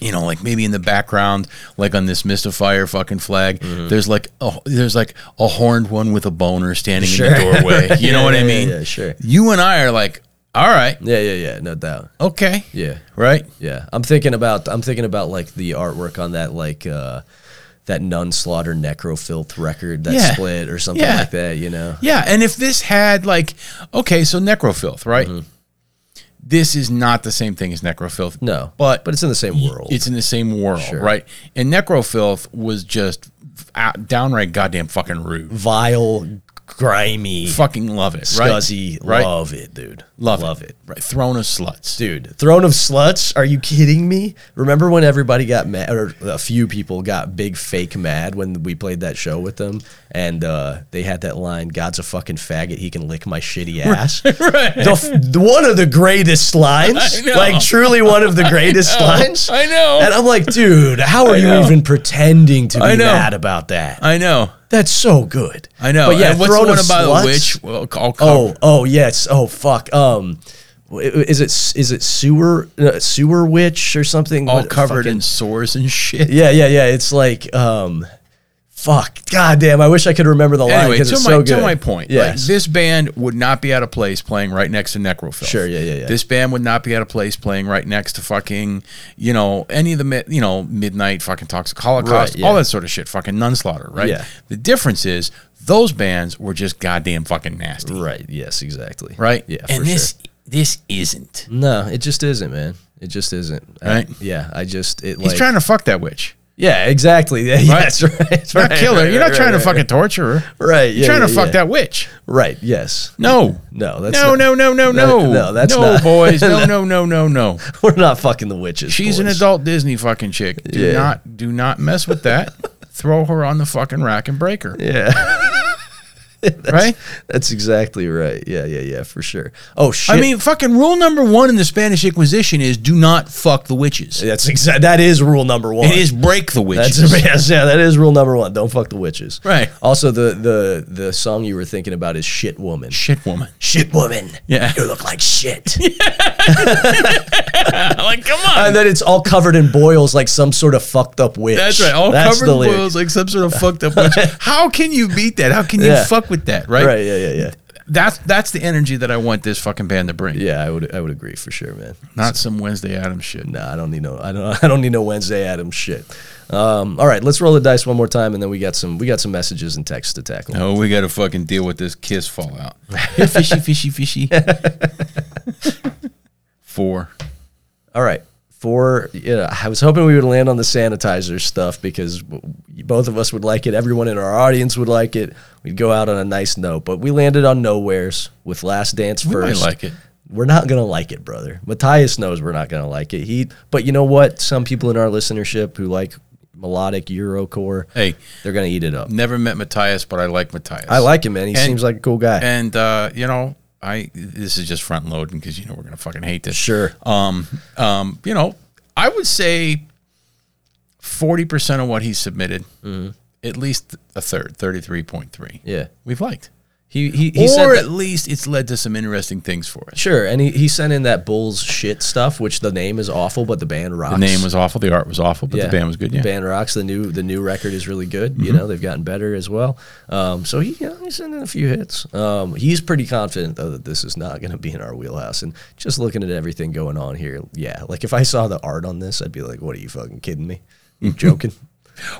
B: you know, like maybe in the background, like on this mystifier fucking flag,
A: Mm-hmm.
B: there's like a there's like a horned one with a boner standing in
A: Sure.
B: the doorway. You know
A: Yeah,
B: what I
A: yeah,
B: mean?
A: yeah, sure.
B: You and I are like, all right,
A: Yeah, yeah, yeah. No doubt.
B: okay,
A: Yeah,
B: right.
A: yeah. I'm thinking about I'm thinking about like the artwork on that like uh that nun slaughter necrofilth record that
B: Yeah.
A: split or something
B: Yeah.
A: like that. You know.
B: Yeah, and if this had like okay, so necrofilth, right?
A: Mm-hmm.
B: This is not the same thing as necrofilth.
A: No,
B: but
A: but it's in the same world.
B: it's in the same world,
A: Sure.
B: right? And necrofilth was just out, downright goddamn fucking rude.
A: vile, grimy,
B: Fucking love it, right?
A: scuzzy.
B: right?
A: Love it, dude.
B: love,
A: love it.
B: Right. Throne of sluts,
A: Dude, Throne of Sluts? Are you kidding me? Remember when everybody got mad, or a few people got big fake mad when we played that show with them, and uh, they had that line, "God's a fucking faggot, he can lick my shitty ass."
B: Right.
A: The f- one of the greatest
B: I
A: lines,
B: know.
A: like truly one of the greatest lines.
B: I know.
A: And I'm like, dude, how are you
B: know.
A: even pretending to
B: I
A: be
B: know.
A: mad about that?
B: I know,
A: That's so good.
B: I know.
A: But yeah,
B: And what's
A: Throne
B: the one
A: of
B: about
A: Sluts?
B: the witch? Well, I'll
A: Oh,
B: cover.
A: oh yes. Oh fuck. Um, w- is it is it sewer uh, sewer witch or something?
B: all
A: What-
B: covered
A: fucking-
B: in sores and shit.
A: Yeah, yeah, yeah. It's like um, fuck. God damn. I wish I could remember the line
B: Anyway, to
A: because it's
B: my
A: so good.
B: to my point, like,
A: Yes.
B: this band would not be out of place playing right next to Necrofilth.
A: Sure, yeah, yeah, yeah.
B: This band would not be out of place playing right next to fucking, you know, any of the mi- you know midnight fucking toxic holocaust,
A: Right, yeah.
B: all that sort of shit, fucking nun slaughter, right?
A: Yeah.
B: The difference is those bands were just goddamn fucking nasty, right?
A: right. Yes. Exactly. Yeah.
B: and
A: for
B: this
A: sure.
B: this isn't.
A: No, it just isn't, man. It just isn't. I-
B: Right.
A: yeah. I just it.
B: He's
A: like,
B: trying to fuck that witch,
A: Yeah. Exactly. Yeah. Yes. Right.
B: not
A: right,
B: kill her.
A: right,
B: You're not
A: right,
B: trying to
A: right,
B: fucking torture her.
A: Right,
B: You're
A: yeah,
B: trying to
A: yeah,
B: fuck
A: yeah.
B: that witch.
A: Right. Yes.
B: No.
A: No, that's
B: no,
A: not-
B: no, no, no, no,
A: no, that's
B: no,
A: not-
B: boys, no, no, no, no, no.
A: We're not fucking the witches.
B: She's an
A: boys.
B: adult Disney fucking chick. Do
A: Yeah.
B: not do not mess with that. Throw her on the fucking rack and break her.
A: Yeah.
B: right?
A: That's exactly right. Yeah, yeah, yeah, for sure. Oh shit.
B: I mean, fucking rule number one in the Spanish Inquisition is do not fuck the witches.
A: that's exact. That is rule number one.
B: It is break the
A: That's
B: witches.
A: yes, yeah. That is rule number one. Don't fuck the witches.
B: Right.
A: Also, the the the song you were thinking about is "Shit Woman."
B: Shit woman.
A: Shit woman.
B: Yeah.
A: You look like shit.
B: Like, come on.
A: and then it's all covered in boils, like some sort of fucked up witch.
B: That's right. All
A: That's
B: covered in
A: lyric.
B: boils like some sort of fucked up witch. How can you beat that? How can you
A: Yeah.
B: fuck with that? Right?
A: Right. Yeah. Yeah. Yeah.
B: That's that's the energy that I want this fucking band to bring.
A: Yeah. I would. I would agree for sure, man.
B: Not some Wednesday Adams shit.
A: Nah, I don't need no. I don't. I don't need no Wednesday Adams shit. Um, all right, let's roll the dice one more time, and then we got some. We got some messages and texts to tackle.
B: Oh, we got to fucking deal with this kiss fallout. Here, fishy, fishy, fishy. Four.
A: All right. For yeah, I was hoping we would land on the sanitizer stuff because w- both of us would like it. Everyone in our audience would like it. We'd go out on a nice note, but we landed on nowheres with Last Dance
B: might
A: first.
B: like it.
A: We're not gonna like it, brother. Matthias knows we're not gonna like it. He, but you know what? Some people in our listenership who like melodic Eurocore,
B: Hey,
A: they're gonna eat it up.
B: never met Matthias, but I like Matthias.
A: I like him, man. He
B: And-
A: seems like a cool guy.
B: And uh, you know, I this is just front loading because you know we're gonna fucking hate this.
A: Sure.
B: Um, um, you know, I would say forty percent of what he submitted, at least a third, thirty-three point three.
A: Yeah.
B: we've liked,
A: He he, he
B: or
A: said that-
B: at least it's led to some interesting things for us.
A: Sure, and he, he sent in that Bulls shit stuff, which the name is awful, but the band rocks.
B: The name was awful, the art was awful, but
A: Yeah.
B: the band was good.
A: The
B: Yeah, Mm-hmm.
A: band rocks. The new the new record is really good. You know, they've gotten better as well. Um, so he you know, he's in a few hits. Um, he's pretty confident though that this is not going to be in our wheelhouse. And just looking at everything going on here, yeah, like if I saw the art on this, I'd be like, "What are you fucking kidding me? You joking?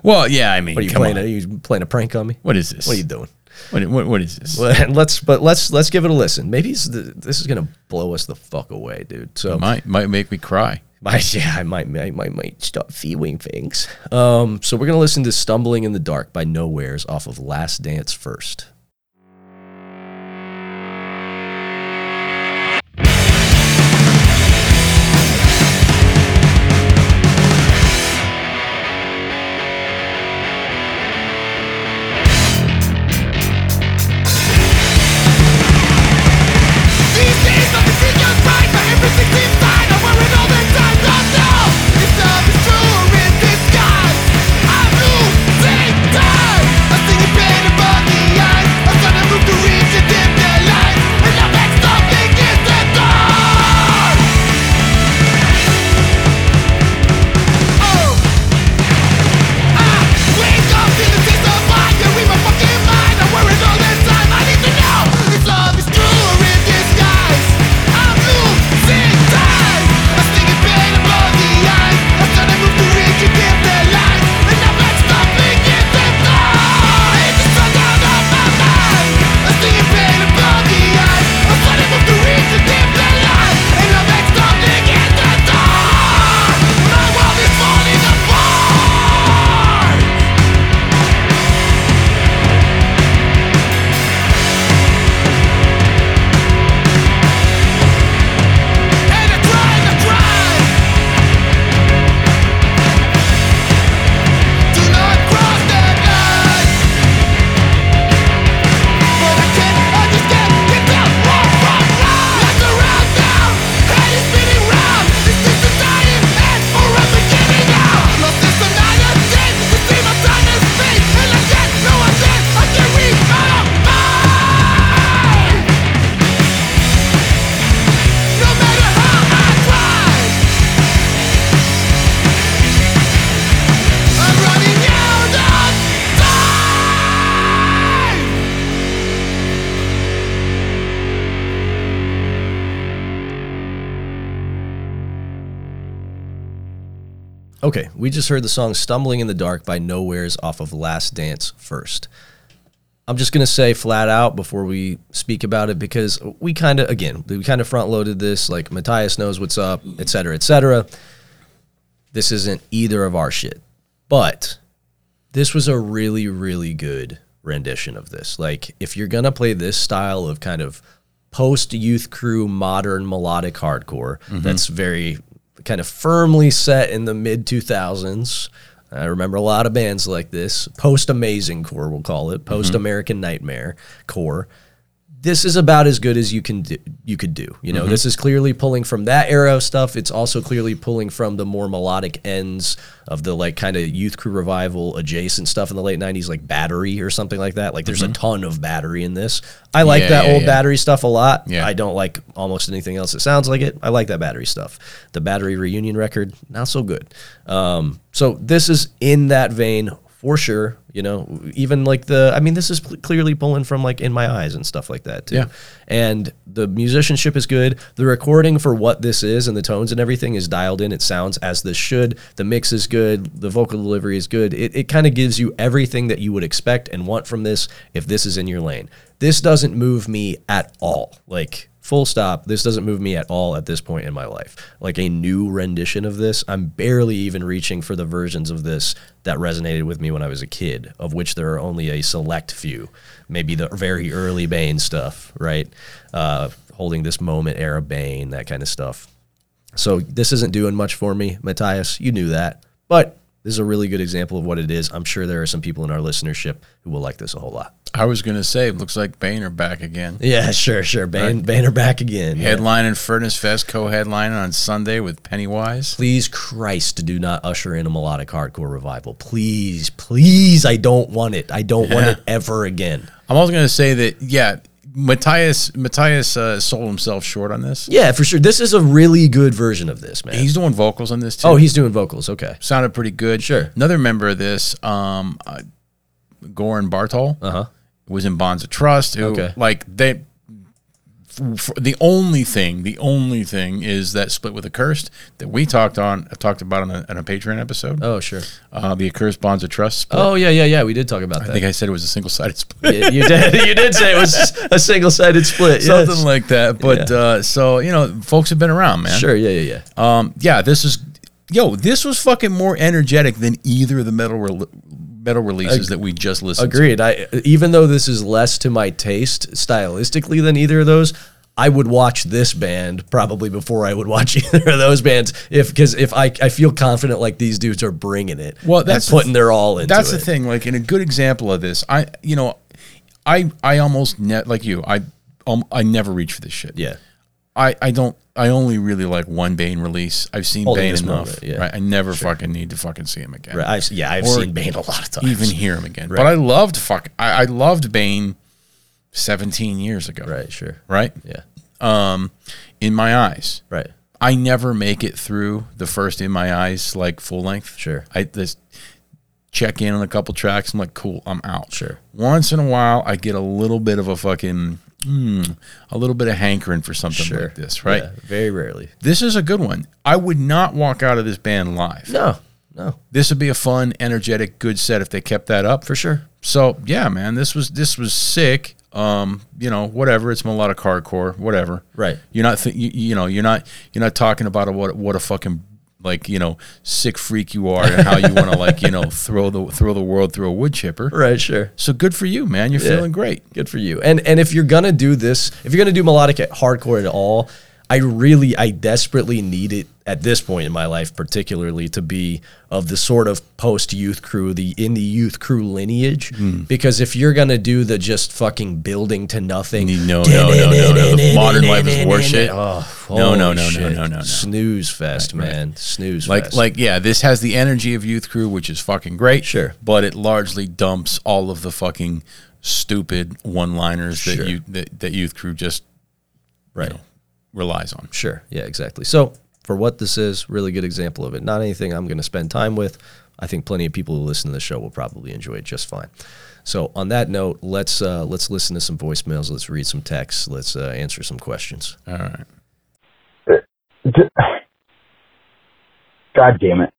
B: Well, yeah, I mean,
A: What are you
B: come
A: playing?
B: on.
A: A, you playing a prank on me?
B: What is this?
A: What are you doing?"
B: What, what, what is this?
A: Well, let's but let's let's give it a listen. Maybe it's the, this is gonna blow us the fuck away, dude. So
B: might might make me cry.
A: My, yeah, I might, I might, might start feeling things. Um, so we're gonna listen to "Stumbling in the Dark" by Nowheres off of Last Dance first.
C: These days, nothing seems just right, but everything seems fine. I'm wearing all the time, not now. This love is true or in disguise. I'm losing time. I see you pain above the eyes. I'm trying to move to reach and dim their lights, and I'm like something is the dark. Oh. My world is falling apart And I try to cry Do not cross that line But I can't understand Get down, walk, walk, run Look around now Head is spinning round This is the dying end Forever getting out Lost is another thing To see my time is fate And I can't know I'm dead I can't read my mind no matter how I try I'm running out of time
A: Okay, we just heard the song "Stumbling in the Dark" by Nowheres off of Last Dance first. I'm just gonna say flat out before we speak about it because we kind of again we kind of front loaded this like Matthias knows what's up, et cetera, et cetera. This isn't either of our shit, but this was a really really good rendition of this. Like if you're gonna play this style of kind of post youth crew modern melodic hardcore, that's very kind of firmly set in the mid 2000s. I remember a lot of bands like this, post Amazing Core, we'll call it, post American Nightmare Core. This is about as good as you can do, you could do. You
B: Mm-hmm.
A: know, this is clearly pulling from that era of stuff. It's also clearly pulling from the more melodic ends of the like kind of youth crew revival adjacent stuff in the late '90s, like Battery or something like that. Like, there's a ton of Battery in this. I like
B: Mm-hmm. Yeah,
A: that
B: yeah,
A: old
B: yeah.
A: Battery stuff a lot.
B: Yeah.
A: I don't like almost anything else that sounds like it. I like that Battery stuff. The Battery reunion record, not so good. Um, so this is in that vein for sure. You know, even like the, I mean, this is pl- clearly pulling from like In My Eyes and stuff like that too.
B: Yeah.
A: And the musicianship is good. The recording for what this is and the tones and everything is dialed in. It sounds as this should. The mix is good. The vocal delivery is good. It, it kind of gives you everything that you would expect and want from this if this is in your lane. This doesn't move me at all. Like, full stop, this doesn't move me at all at this point in my life. Like a new rendition of this, I'm barely even reaching for the versions of this that resonated with me when I was a kid, of which there are only a select few. Maybe the very early Bane stuff, right? Uh, holding this moment era Bane, that kind of stuff. So this isn't doing much for me, Matthias. You knew that. But This is a really good example of what it is. I'm sure there are some people in our listenership who will like this a whole lot.
B: I was gonna say, it looks like Bane are back again.
A: Yeah, sure, sure. Ban, Banner back again. Yeah.
B: Headline in Furnace Fest, co-headline on Sunday with Pennywise.
A: Please, Christ, do not usher in a melodic hardcore revival. Please, please, I don't want it. I don't want
B: Yeah.
A: it ever again.
B: I'm also gonna say that, yeah, Matthias Matthias uh, sold himself short on this.
A: Yeah, for sure. This is a really good version of this, man.
B: He's doing vocals on this too.
A: oh, he's doing vocals. Okay.
B: sounded pretty good.
A: Sure.
B: Another member of this, um, uh, Goran Bartol,
A: Uh huh.
B: was in Bonds of Trust. Who,
A: Okay.
B: Like they, f- f- the only thing, the only thing is that split with Accursed that we talked on, talked about on a, on a Patreon episode.
A: Oh, sure.
B: Uh, the Accursed Bonds of Trust split.
A: Oh, yeah, yeah, yeah. We did talk about
B: I
A: that.
B: think I said it was a single sided split.
A: you, you did. You did say it was a single-sided split. yes.
B: Something like that, but
A: Yeah.
B: uh, so you know, folks have been around, man.
A: Sure. Yeah, yeah, yeah.
B: Um, yeah, this is, yo, this was fucking more energetic than either of the metal rel metal releases that we just listened to.
A: Agreed. I even though this is less to my taste stylistically than either of those, I would watch this band probably before I would watch either of those bands if because if I, I feel confident like these dudes are bringing it.
B: Well,
A: and
B: that's the
A: putting their all into
B: That's
A: it.
B: the thing. Like in a good example of this, I you know, I I almost ne- like you. I um, I never reach for this shit.
A: Yeah.
B: I I don't. I only really like one Bane release. I've seen
A: Only
B: Bane
A: this
B: enough.
A: moment, yeah.
B: Right. I never fucking need to fucking see him again.
A: Right. I've, yeah, I've
B: Or
A: seen Bane a lot of times.
B: Even hear him again. But I loved fuck. I, I loved Bane. Seventeen years ago.
A: Right. Sure.
B: Right.
A: Yeah.
B: Um, in my eyes.
A: Right.
B: I never make it through the first in my eyes like full length.
A: Sure.
B: I just check in on a couple tracks. I'm like, cool, I'm out.
A: Sure.
B: Once in a while, I get a little bit of a fucking, mm, a little bit of hankering for something
A: Sure.
B: like this, right?
A: Yeah, very rarely.
B: This is a good one. I would not walk out of this band live.
A: No. No.
B: This would be a fun, energetic, good set if they kept that up
A: For sure.
B: so yeah, man, this was this was sick. Um, you know, whatever. It's melodic hardcore, whatever.
A: Right.
B: You're not, th- you, you know, you're not, you're not talking about a, what what a fucking like you know sick freak you are and how you want to like you know throw the throw the world through a wood chipper.
A: Right. Sure.
B: So good for you, man. You're
A: Yeah.
B: feeling great.
A: Good for you. And and if you're gonna do this, if you're gonna do melodic at hardcore at all, I really, I desperately need it at this point in my life, particularly to be of the sort of post youth crew, the in the youth crew lineage.
B: Hmm.
A: Because if you're gonna do the just fucking building to nothing,
B: No, no, no, no, no. The modern life is worse shit.
A: Oh,
B: No, no,
A: holy
B: no, no,
A: shit.
B: no, no, no.
A: Snooze fest, man. Snooze
B: Like
A: fest.
B: like yeah, this has the energy of Youth Crew, which is fucking great.
A: Sure.
B: but it largely dumps all of the fucking stupid one-liners that
A: Sure.
B: you that, that Youth Crew just
A: right.
B: relies on.
A: Sure. Yeah, exactly. So, for what this is, really good example of it. Not anything I'm going to spend time with. I think plenty of people who listen to the show will probably enjoy it just fine. So, on that note, let's uh, let's listen to some voicemails. Let's read some texts. Let's uh, answer some questions.
B: All right.
G: D- God damn it.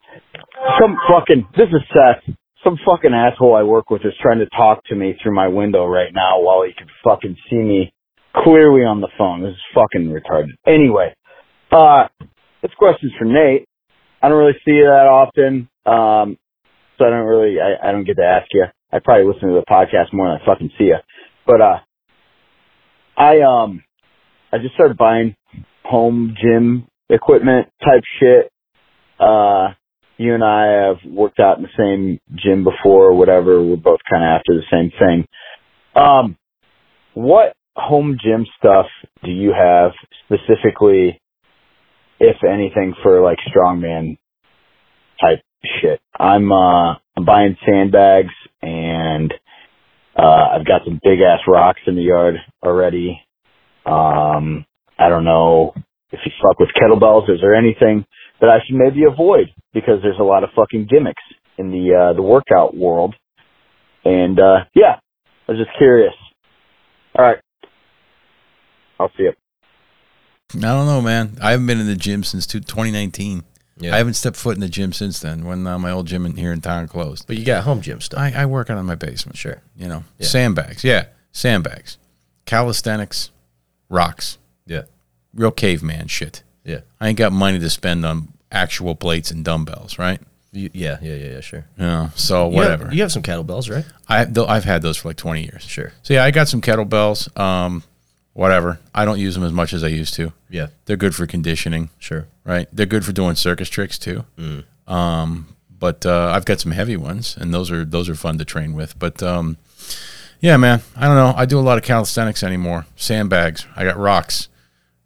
G: Some fucking, this is Seth. Some fucking asshole I work with is trying to talk to me through my window right now while he can fucking see me clearly on the phone. This is fucking retarded. Anyway, uh, this question's for Nate. I don't really see you that often, um, so I don't really, I, I don't get to ask you. I probably listen to the podcast more than I fucking see you. But, uh, I, um, I just started buying home gym equipment type shit. Uh, you and I have worked out in the same gym before or whatever. We're both kind of after the same thing. Um, what home gym stuff do you have specifically, if anything, for like strongman type shit? I'm, uh, I'm buying sandbags and, uh, I've got some big ass rocks in the yard already. Um, I don't know if you fuck with kettlebells. Is there anything that I should maybe avoid because there's a lot of fucking gimmicks in the uh, the workout world? And uh, yeah, I was just curious. All right, I'll see you.
B: I don't know, man. I haven't been in the gym since two- 2019.
A: Yeah.
B: I haven't stepped foot in the gym since then. When uh, my old gym in, here in town closed,
A: But you got home gym stuff.
B: I, I work out in my basement.
A: Sure.
B: you know
A: Yeah.
B: sandbags. Yeah, sandbags, calisthenics, rocks,
A: Yeah.
B: real caveman shit.
A: Yeah.
B: I ain't got money to spend on actual plates and dumbbells, right?
A: You, yeah. Yeah. Yeah. Yeah. Sure.
B: You know, so
A: You have-
B: whatever.
A: You have, some kettlebells, right?
B: I though I've had those for like 20 years.
A: Sure.
B: So yeah, I got some kettlebells. Um, whatever. I don't use them as much as I used to.
A: Yeah.
B: They're good for conditioning.
A: Sure. Mm.
B: right? They're good for doing circus tricks too. Um, But uh, I've got some heavy ones, and those are those are fun to train with. But um, yeah, man, I don't know. I do a lot of calisthenics anymore. Sandbags. I got rocks,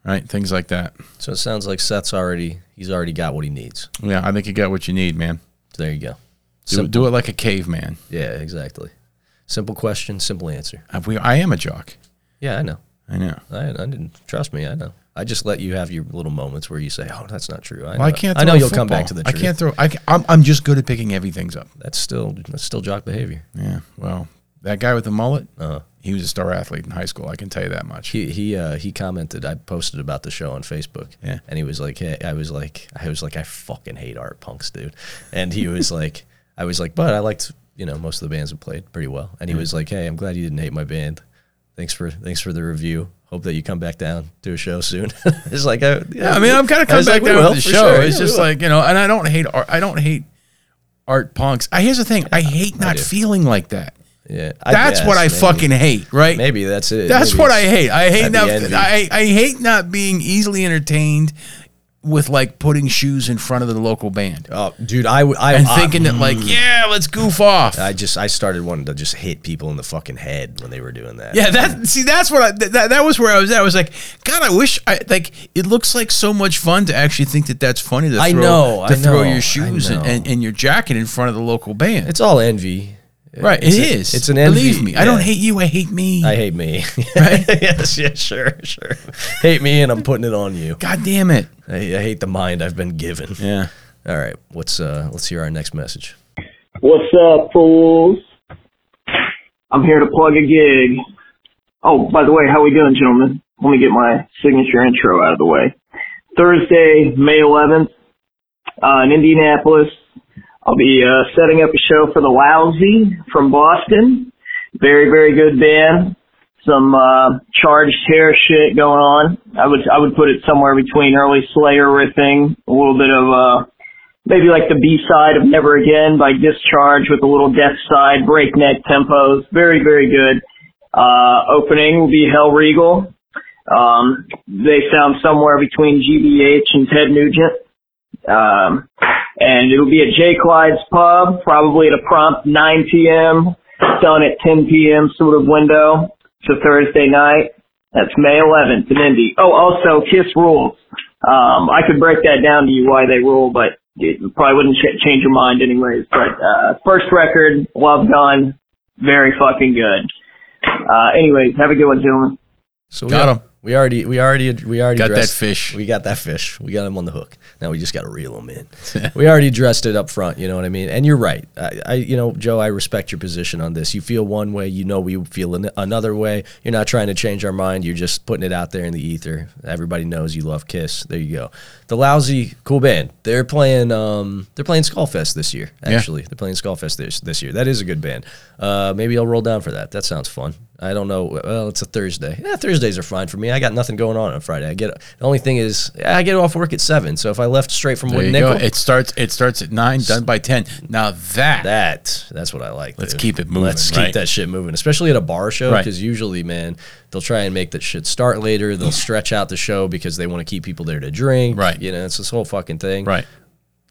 B: right? Things like that.
A: So it sounds like Seth's already he's already got what he needs.
B: Yeah, I think you got what you need, man.
A: So there you go.
B: Do, do it like a caveman.
A: Yeah, exactly. Simple question, simple answer.
B: I, we, I am a jock.
A: Yeah, I know.
B: I know.
A: I, I didn't trust me. I know. I just let you have your little moments where you say, "Oh, that's not true." I, know.
B: Well, I can't.
A: I
B: Throw
A: know
B: a
A: you'll come
B: football.
A: back to the truth.
B: I can't throw. I, am I'm just good at picking everything's up.
A: That's still that's still jock behavior.
B: Yeah. Well, that guy with the mullet,
A: Uh,
B: he was a star athlete in high school. I can tell you that much.
A: he he uh, he commented. I posted about the show on Facebook.
B: Yeah.
A: And he was like, "Hey," I was like, I was like, I fucking hate art punks, dude. And he was like, I was like, but I liked you know most of the bands that played pretty well. And he was like, Hey, I'm glad you didn't hate my band. Thanks for thanks for the review. Hope that you come back down to a show soon. it's like, uh, I,
B: yeah, I mean, I'm kind of coming
A: was
B: back
A: like, we
B: down
A: will,
B: to the
A: for
B: show.
A: sure.
B: It's
A: Yeah, we
B: just
A: will.
B: like you know, and I don't hate art. I don't hate art punks. I, here's the thing. I hate not
A: do.
B: feeling like that.
A: yeah, I
B: That's what
A: guess,
B: I
A: maybe.
B: fucking hate. Right.
A: Maybe that's it.
B: That's
A: Maybe
B: what I
A: it's-
B: hate. I hate
A: I'd be
B: not.
A: envy.
B: I, I hate not being easily entertained with like putting shoes in front of the local band
A: Oh, dude, I w- I
B: and
A: I-
B: thinking that like yeah, let's goof off.
A: Mm. I just I started wanting to just hit people in the fucking head when they were doing that.
B: Yeah, that see, that's what I th- that, that was where I was at. I was like, God, I wish I like. It looks like so much fun to actually think that that's funny. To throw,
A: I know,
B: to
A: I
B: throw
A: know, I
B: your shoes and,
A: know.
B: and, and your jacket in front of the local band.
A: It's all envy.
B: right,
A: it's
B: it's
A: a- it's an envy,
B: Believe me, I don't
A: yeah.
B: hate you. I hate me.
A: I hate me.
B: Right?
A: yes, yeah, sure, sure. Hate me and I'm putting it on you.
B: God damn it.
A: I, I hate the mind I've been given.
B: Yeah.
A: All right, what's uh let's hear our next message.
F: What's up, fools? I'm here to plug a gig. Oh, by the way, how we doing, gentlemen? Let me get my signature intro out of the way. Thursday, May 11th, uh, in Indianapolis, I'll be uh, setting up a show for the Lousy from Boston. Very, very good band. Some uh, charged hair shit going on. I would, I would put it somewhere between early Slayer riffing, a little bit of uh, maybe like the B side of Never Again by Discharge with a little death side, breakneck tempos. Very, very good. Uh, opening will be Hell Regal. Um, they sound somewhere between GBH and Ted Nugent. Um, and it'll be at J. Clyde's Pub, probably at a prompt 9 p.m., done at 10 p.m. sort of window. It's a Thursday night. That's May 11th in Indy. Oh, also, Kiss Rules. Um, I could break that down to you why they rule, but it probably wouldn't ch- change your mind anyways. But uh, first record, Love Gun, very fucking good. Uh, anyways, have a good one, gentlemen.
A: So we
B: Got 'em.
A: We already we already we already
B: Got that
A: dressed-
B: fish.
A: We got that fish. We got him on the hook. Now we just got to reel him in. we already dressed it up front. You know what I mean? And you're right. I, I you know Joe, I respect your position on this. You feel one way, you know we feel an, another way. You're not trying to change our mind. You're just putting it out there in the ether. Everybody knows you love Kiss. There you go. The lousy cool band. They're playing um they're playing Skullfest this year. Actually, they're playing Skullfest this this year. That is a good band. Uh, maybe I'll roll down for that. That sounds fun. I don't know. Well, it's a Thursday. Yeah, Thursdays are fine for me. I got nothing going on on Friday. I get the only thing is I get off work at seven. So if I left straight from
B: There
A: Wood
B: you go.
A: Nickel,
B: It starts. It starts at nine. Done by ten. Now that,
A: that that's what I like.
B: Let's
A: dude.
B: keep it moving,
A: Let's keep
B: right?
A: that shit moving, especially at a bar show
B: Right.
A: because usually, man, they'll try and make that shit start later. They'll stretch out the show because they want to keep people there to drink.
B: Right.
A: You know, it's this whole fucking thing.
B: right.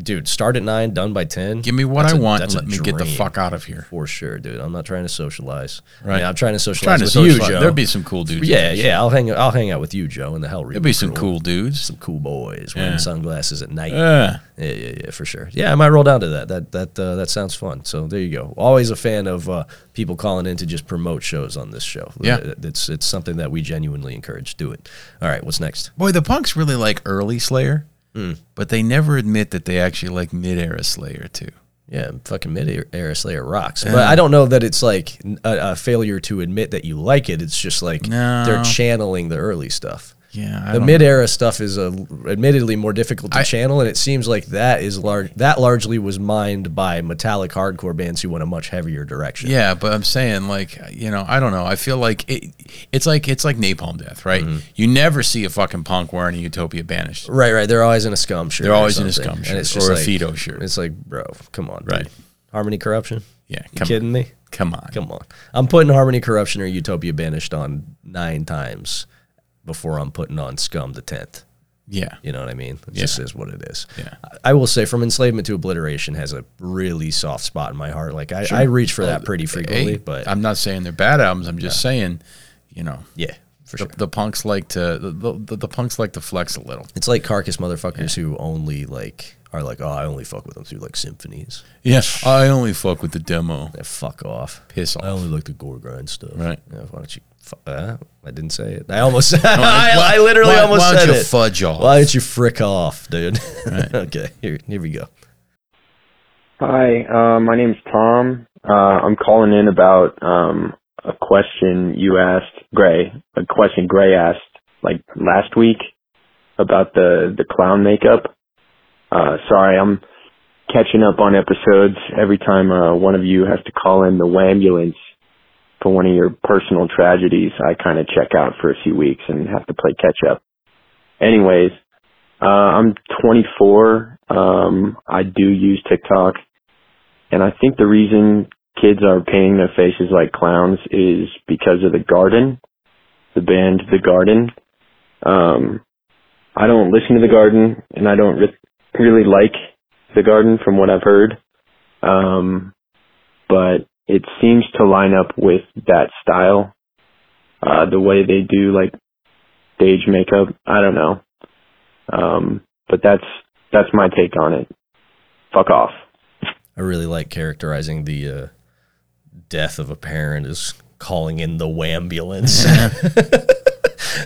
A: Dude, start at nine, done by ten.
B: Give me what
A: That's
B: I
A: a-
B: want. and
A: that's a
B: Let me get the
A: dream.
B: fuck out of here.
A: For sure, dude. I'm not trying to socialize. I
B: Right.
A: mean, I'm trying to
B: Trying
A: socialize
B: to
A: with
B: socialize.
A: you, Joe.
B: There'd be some cool dudes.
A: Yeah, yeah. I'll hang. I'll hang out with you, Joe, in the hell room.
B: There'd be some cool dudes.
A: some cool boys wearing
B: Yeah.
A: sunglasses at night.
B: Yeah.
A: yeah, yeah, yeah, for sure. Yeah, I might roll down to that. That that uh, that sounds fun. So there you go. Always a fan of uh, people calling in to just promote shows on this show.
B: Yeah.
A: It- it's it's something that we genuinely encourage. Do it. All right, what's next?
B: Boy, the punks really like early Slayer,
A: Hmm.
B: but they never admit that they actually like mid-era Slayer too.
A: Yeah, fucking mid era Slayer rocks. But I don't know that it's like n- a, a failure to admit that you like it. It's just like
B: No.
A: they're channeling the early stuff.
B: Yeah, I
A: the
B: don't
A: mid era stuff is uh, admittedly more difficult to channel, and it seems like that is large. That largely was mined by metallic hardcore bands who went a much heavier direction.
B: Yeah, but I'm saying like you know I don't know. I feel like it. It's like it's like Napalm Death, right?
A: Mm-hmm.
B: You never see a fucking punk wearing a Utopia banished.
A: Right, right. They're always in a scum shirt.
B: They're
A: or
B: always in a
A: something,
B: scum
A: and it's
B: shirt
A: just
B: or a
A: like-
B: Fido shirt.
A: It's like, bro, come on,
B: Right.
A: dude. Harmony Corruption.
B: Yeah,
A: you
B: come-
A: kidding me?
B: Come on,
A: Come on. I'm putting Harmony Corruption or Utopia Banished on nine times before I'm putting on Scum the tenth.
B: Yeah.
A: You know what I mean? It
B: Yeah.
A: just is what it is.
B: Yeah.
A: I I will say, from enslavement to obliteration has a really soft spot in my heart. Like I, I reach for that pretty frequently,
B: Oh, Hey,
A: but
B: I'm not saying they're bad albums. I'm just saying, you know,
A: yeah, for
B: the,
A: sure.
B: the punks like to the, the, the punks like to flex a little.
A: It's like carcass motherfuckers who only like are like, oh, I only fuck with them through like symphonies.
B: Yeah, I only fuck with the demo.
A: Yeah, fuck off.
B: Piss
A: I
B: off.
A: only like the gore grind stuff.
B: Right.
A: Yeah, why don't you? Fu- uh, I didn't say it. I almost. I, I literally
B: why-
A: almost
B: why don't
A: said
B: you
A: it.
B: fudge off?
A: Why don't you frick off, dude? okay, here, here we go.
H: Hi, uh, my name's Tom. Uh, I'm calling in about um, a question you asked Gray, a question Gray asked like last week about the the clown makeup. Uh, sorry, I'm catching up on episodes every time uh, one of you has to call in the ambulance for one of your personal tragedies. I kind of check out for a few weeks and have to play catch up. Anyways, uh, I'm 24. Um, I do use TikTok. And I think the reason kids are painting their faces like clowns is because of the Garden, the band The Garden. Um, I don't listen to The Garden, and I don't re- really like The Garden from what I've heard. Um, but it seems to line up with that style, uh, the way they do like stage makeup. I don't know. Um, but that's that's my take on it. Fuck off.
A: I really like characterizing the uh, death of a parent as calling in the ambulance.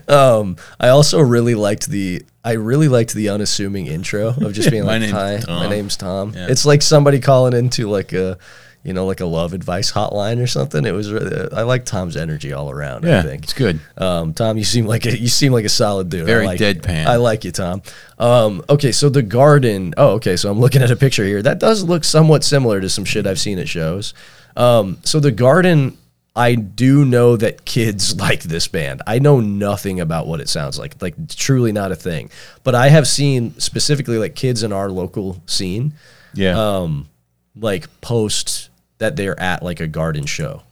A: um, I also really liked the I really liked the unassuming intro of just being
B: My
A: like,
B: name's
A: "Hi, my
B: Tom."
A: name's Tom."
B: Yeah.
A: It's like somebody calling into like a you know like a love advice hotline or something. It was really, I like Tom's energy all around. I
B: Yeah,
A: think
B: it's good.
A: um, Tom, you seem like a you seem like a solid dude.
B: Very
A: I like,
B: deadpan.
A: I like you, Tom. Um, okay, so the garden. Oh, okay. So I'm looking at a picture here. That does look somewhat similar to some shit I've seen at shows. Um, so the garden. I do know that kids like this band. I know nothing about what it sounds like. Like truly not a thing. But I have seen specifically like kids in our local scene
B: Yeah.
A: Um, like post that they're at like a garden show.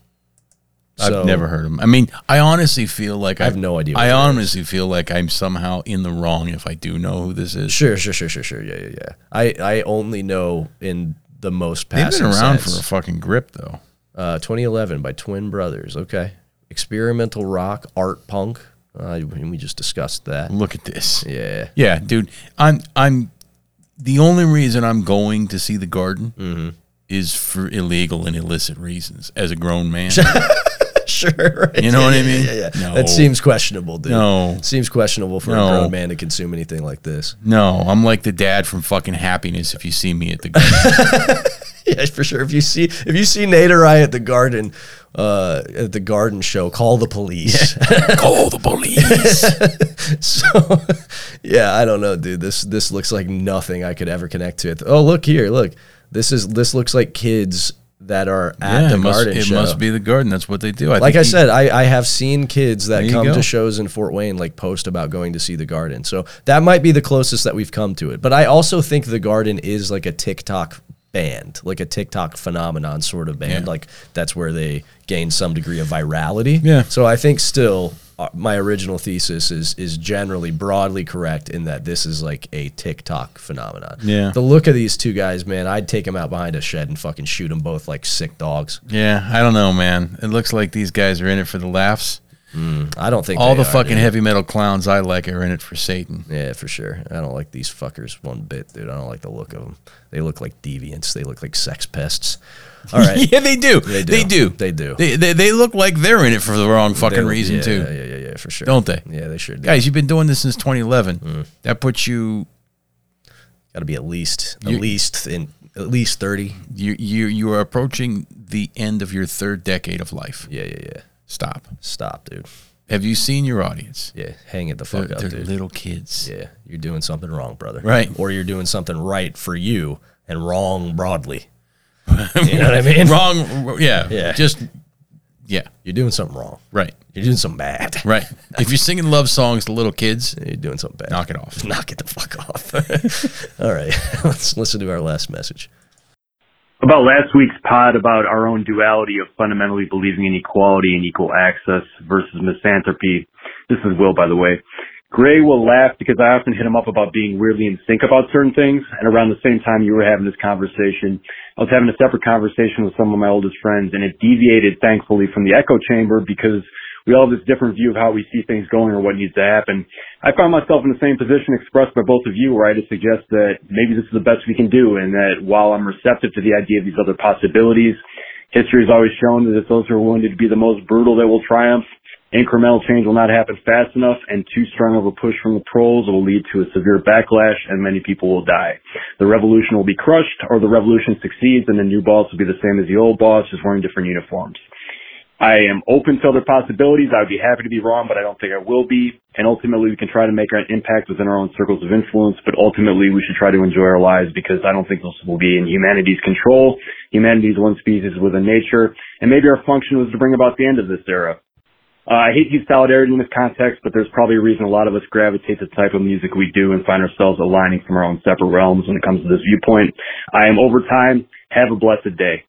B: I've
A: So-
B: never heard of them. I mean, I honestly feel like I
A: have no idea what
B: I
A: it
B: honestly feel like I'm somehow in the wrong if I do know who this is.
A: Sure, sure, sure, sure, sure. Yeah, yeah, yeah. I, I only know in the most
B: They've been
A: passive
B: around for a
A: sense.
B: fucking grip though.
A: uh, 2011 by Twin Brothers. Okay, experimental rock, art punk. Uh, we just discussed that.
B: Look at this.
A: Yeah,
B: Yeah, dude. I'm I'm the only reason I'm going to see the garden
A: Mm-hmm.
B: is for illegal and illicit reasons as a grown man.
A: sure. right.
B: You know what I mean?
A: Yeah, yeah. yeah.
B: No.
A: That seems questionable, dude.
B: No.
A: seems questionable for a
B: No.
A: grown man to consume anything like this.
B: no, I'm like the dad from fucking happiness if you see me at the garden.
A: Yeah, for sure. If you see if you see Nate or I at the garden, uh, at the garden show, call the police.
B: Call the police.
A: So, yeah, I don't know, dude. This this looks like nothing I could ever connect to. It. Oh, look here, look. This is this looks like kids that are at
B: yeah,
A: the
B: it must,
A: garden
B: it
A: show.
B: must be the garden. That's what they do. I
A: like
B: think
A: I
B: he-
A: said, I, I have seen kids
B: There
A: that
B: you
A: come
B: go.
A: to shows in Fort Wayne like post about going to see the garden. So that might be the closest that we've come to it. But I also think the garden is like a TikTok band, like a TikTok phenomenon sort of band.
B: Yeah.
A: Like that's where they gain some degree of virality.
B: Yeah.
A: So I think still uh, my original thesis is is generally broadly correct in that this is like a TikTok phenomenon.
B: Yeah.
A: The look of these two guys, man, I'd take them out behind a shed and fucking shoot them both like sick dogs.
B: Yeah, I don't know, man. It looks like these guys are in it for the laughs.
A: I don't think
B: All
A: they
B: the
A: are,
B: fucking
A: dude.
B: heavy metal clowns I like are in it for Satan.
A: Yeah, for sure. I don't like these fuckers one bit, dude. I don't like the look of them. They look like deviants. They look like sex pests. All right.
B: yeah, they do.
A: They
B: They
A: do.
B: do.
A: They do.
B: They, they, they look like they're in it for the wrong fucking
A: They-
B: reason,
A: yeah,
B: too.
A: Yeah, yeah, yeah, yeah, for sure.
B: Don't they?
A: Yeah, they sure do.
B: Guys, you've been doing this since 2011.
A: Mm.
B: That puts you,
A: Got to be at least at
B: You-
A: least in at least 30.
B: you, you, you are approaching the end of your third decade of life.
A: Yeah, yeah, yeah.
B: Stop.
A: Stop, dude.
B: Have you seen your audience?
A: Yeah, hang it the
B: They're,
A: fuck up,
B: they're
A: dude.
B: little kids.
A: yeah, you're doing something wrong, brother.
B: Right.
A: Or you're doing something right for you and wrong broadly. You know what I mean?
B: wrong. Yeah.
A: Yeah.
B: Just, yeah.
A: You're doing something wrong.
B: Right.
A: You're doing something bad.
B: Right. if you're singing love songs to little kids,
A: You're doing something bad.
B: knock it off.
A: Knock it the fuck off. All right. Let's listen to our last message.
I: about last week's pod about our own duality of fundamentally believing in equality and equal access versus misanthropy. This is Will, by the way. Gray will laugh because I often hit him up about being weirdly in sync about certain things. And around the same time you were having this conversation, I was having a separate conversation with some of my oldest friends and it deviated thankfully from the echo chamber because we all have this different view of how we see things going or what needs to happen. I found myself in the same position expressed by both of you where I had to suggest that maybe this is the best we can do and that while I'm receptive to the idea of these other possibilities, history has always shown that if those who are willing to be the most brutal, they will triumph. Incremental change will not happen fast enough, and too strong of a push from the pros will lead to a severe backlash, and many people will die. The revolution will be crushed, or the revolution succeeds, and the new boss will be the same as the old boss, just wearing different uniforms. I am open to other possibilities. I would be happy to be wrong, but I don't think I will be. And ultimately, we can try to make an impact within our own circles of influence, but ultimately, we should try to enjoy our lives because I don't think this will be in humanity's control. Humanity is one species within nature, and maybe our function was to bring about the end of this era. Uh, I hate to use solidarity in this context, but there's probably a reason a lot of us gravitate to the type of music we do and find ourselves aligning from our own separate realms when it comes to this viewpoint. I am over time. Have a blessed day.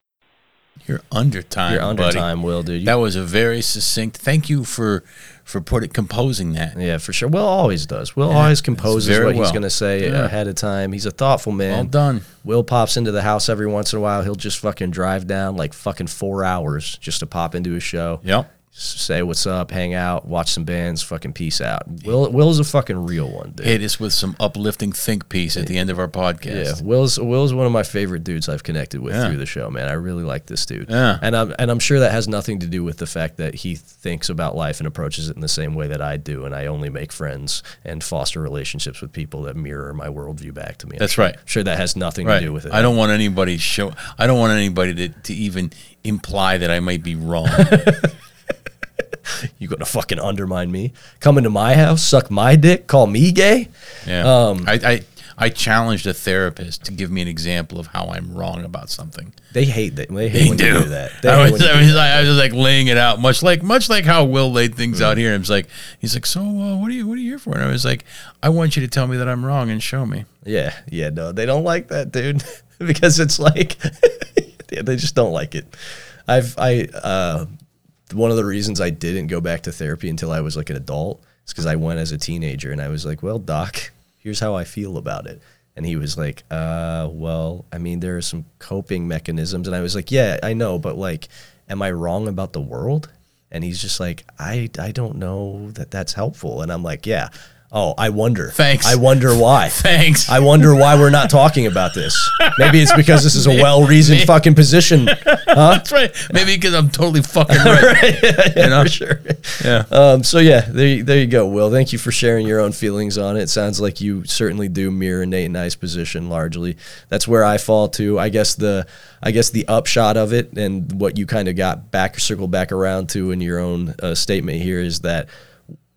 B: You're under time.
A: You're under
B: buddy.
A: time, Will, dude. You-
B: That was a very succinct. Thank you for for put it, composing that.
A: yeah, for sure. Will always does. Will always composes
B: very
A: what he's
B: well.
A: going to say
B: Yeah.
A: ahead of time. He's a thoughtful man.
B: Well done.
A: Will pops into the house every once in a while. He'll just fucking drive down like fucking four hours just to pop into a show,
B: Yep.
A: s- say what's up, hang out, watch some bands, fucking peace out. Will Will's a fucking real one, dude.
B: Hit us with some uplifting think piece at the end of our
A: Yeah,
B: podcast.
A: Will's Will's one of my favorite dudes I've connected with
B: Yeah.
A: through the show, man. I really like this dude,
B: Yeah.
A: and I'm and I'm sure that has nothing to do with the fact that he thinks about life and approaches it in the same way that I do, and I only make friends and foster relationships with people that mirror my worldview back to me.
B: That's right.
A: I'm sure that has nothing
B: Right.
A: to do with it.
B: I don't want anybody show. I don't want anybody to, to even imply that I might be wrong.
A: You gonna fucking undermine me? Come into my house, suck my dick, call me gay?
B: Yeah.
A: Um,
B: I, I I challenged a therapist to give me an example of how I'm wrong about something.
A: They hate that. They hate when you do that. They
B: I
A: hate
B: was,
A: when you
B: I,
A: do
B: was
A: that.
B: like, I was like laying it out, much like much like how Will laid things out
A: Mm-hmm.
B: here. I was like, he's like, so uh, what are you what are you here for? And I was like, I want you to tell me that I'm wrong and show me.
A: Yeah, yeah, no, they don't like that, dude, because it's like yeah, they just don't like it. I've I uh, one of the reasons I didn't go back to therapy until I was like an adult is because I went as a teenager and I was like, well, doc, here's how I feel about it. And he was like, uh, well, I mean, there are some coping mechanisms. And I was like, yeah, I know, but like, am I wrong about the world? And he's just like, I, I don't know that that's helpful. And I'm like, yeah. Oh, I wonder.
B: Thanks.
A: I wonder why.
B: Thanks.
A: I wonder why we're not talking about this. Maybe it's because this is a well reasoned fucking position.
B: That's right. Maybe because I'm totally fucking right.
A: you know? For sure.
B: Yeah.
A: Um, so yeah, there, there you go, Will. Thank you for sharing your own feelings on it. It sounds like you certainly do mirror Nate and I's position largely. That's where I fall to. I guess the I guess the upshot of it and what you kind of got back circled back around to in your own uh, statement here is that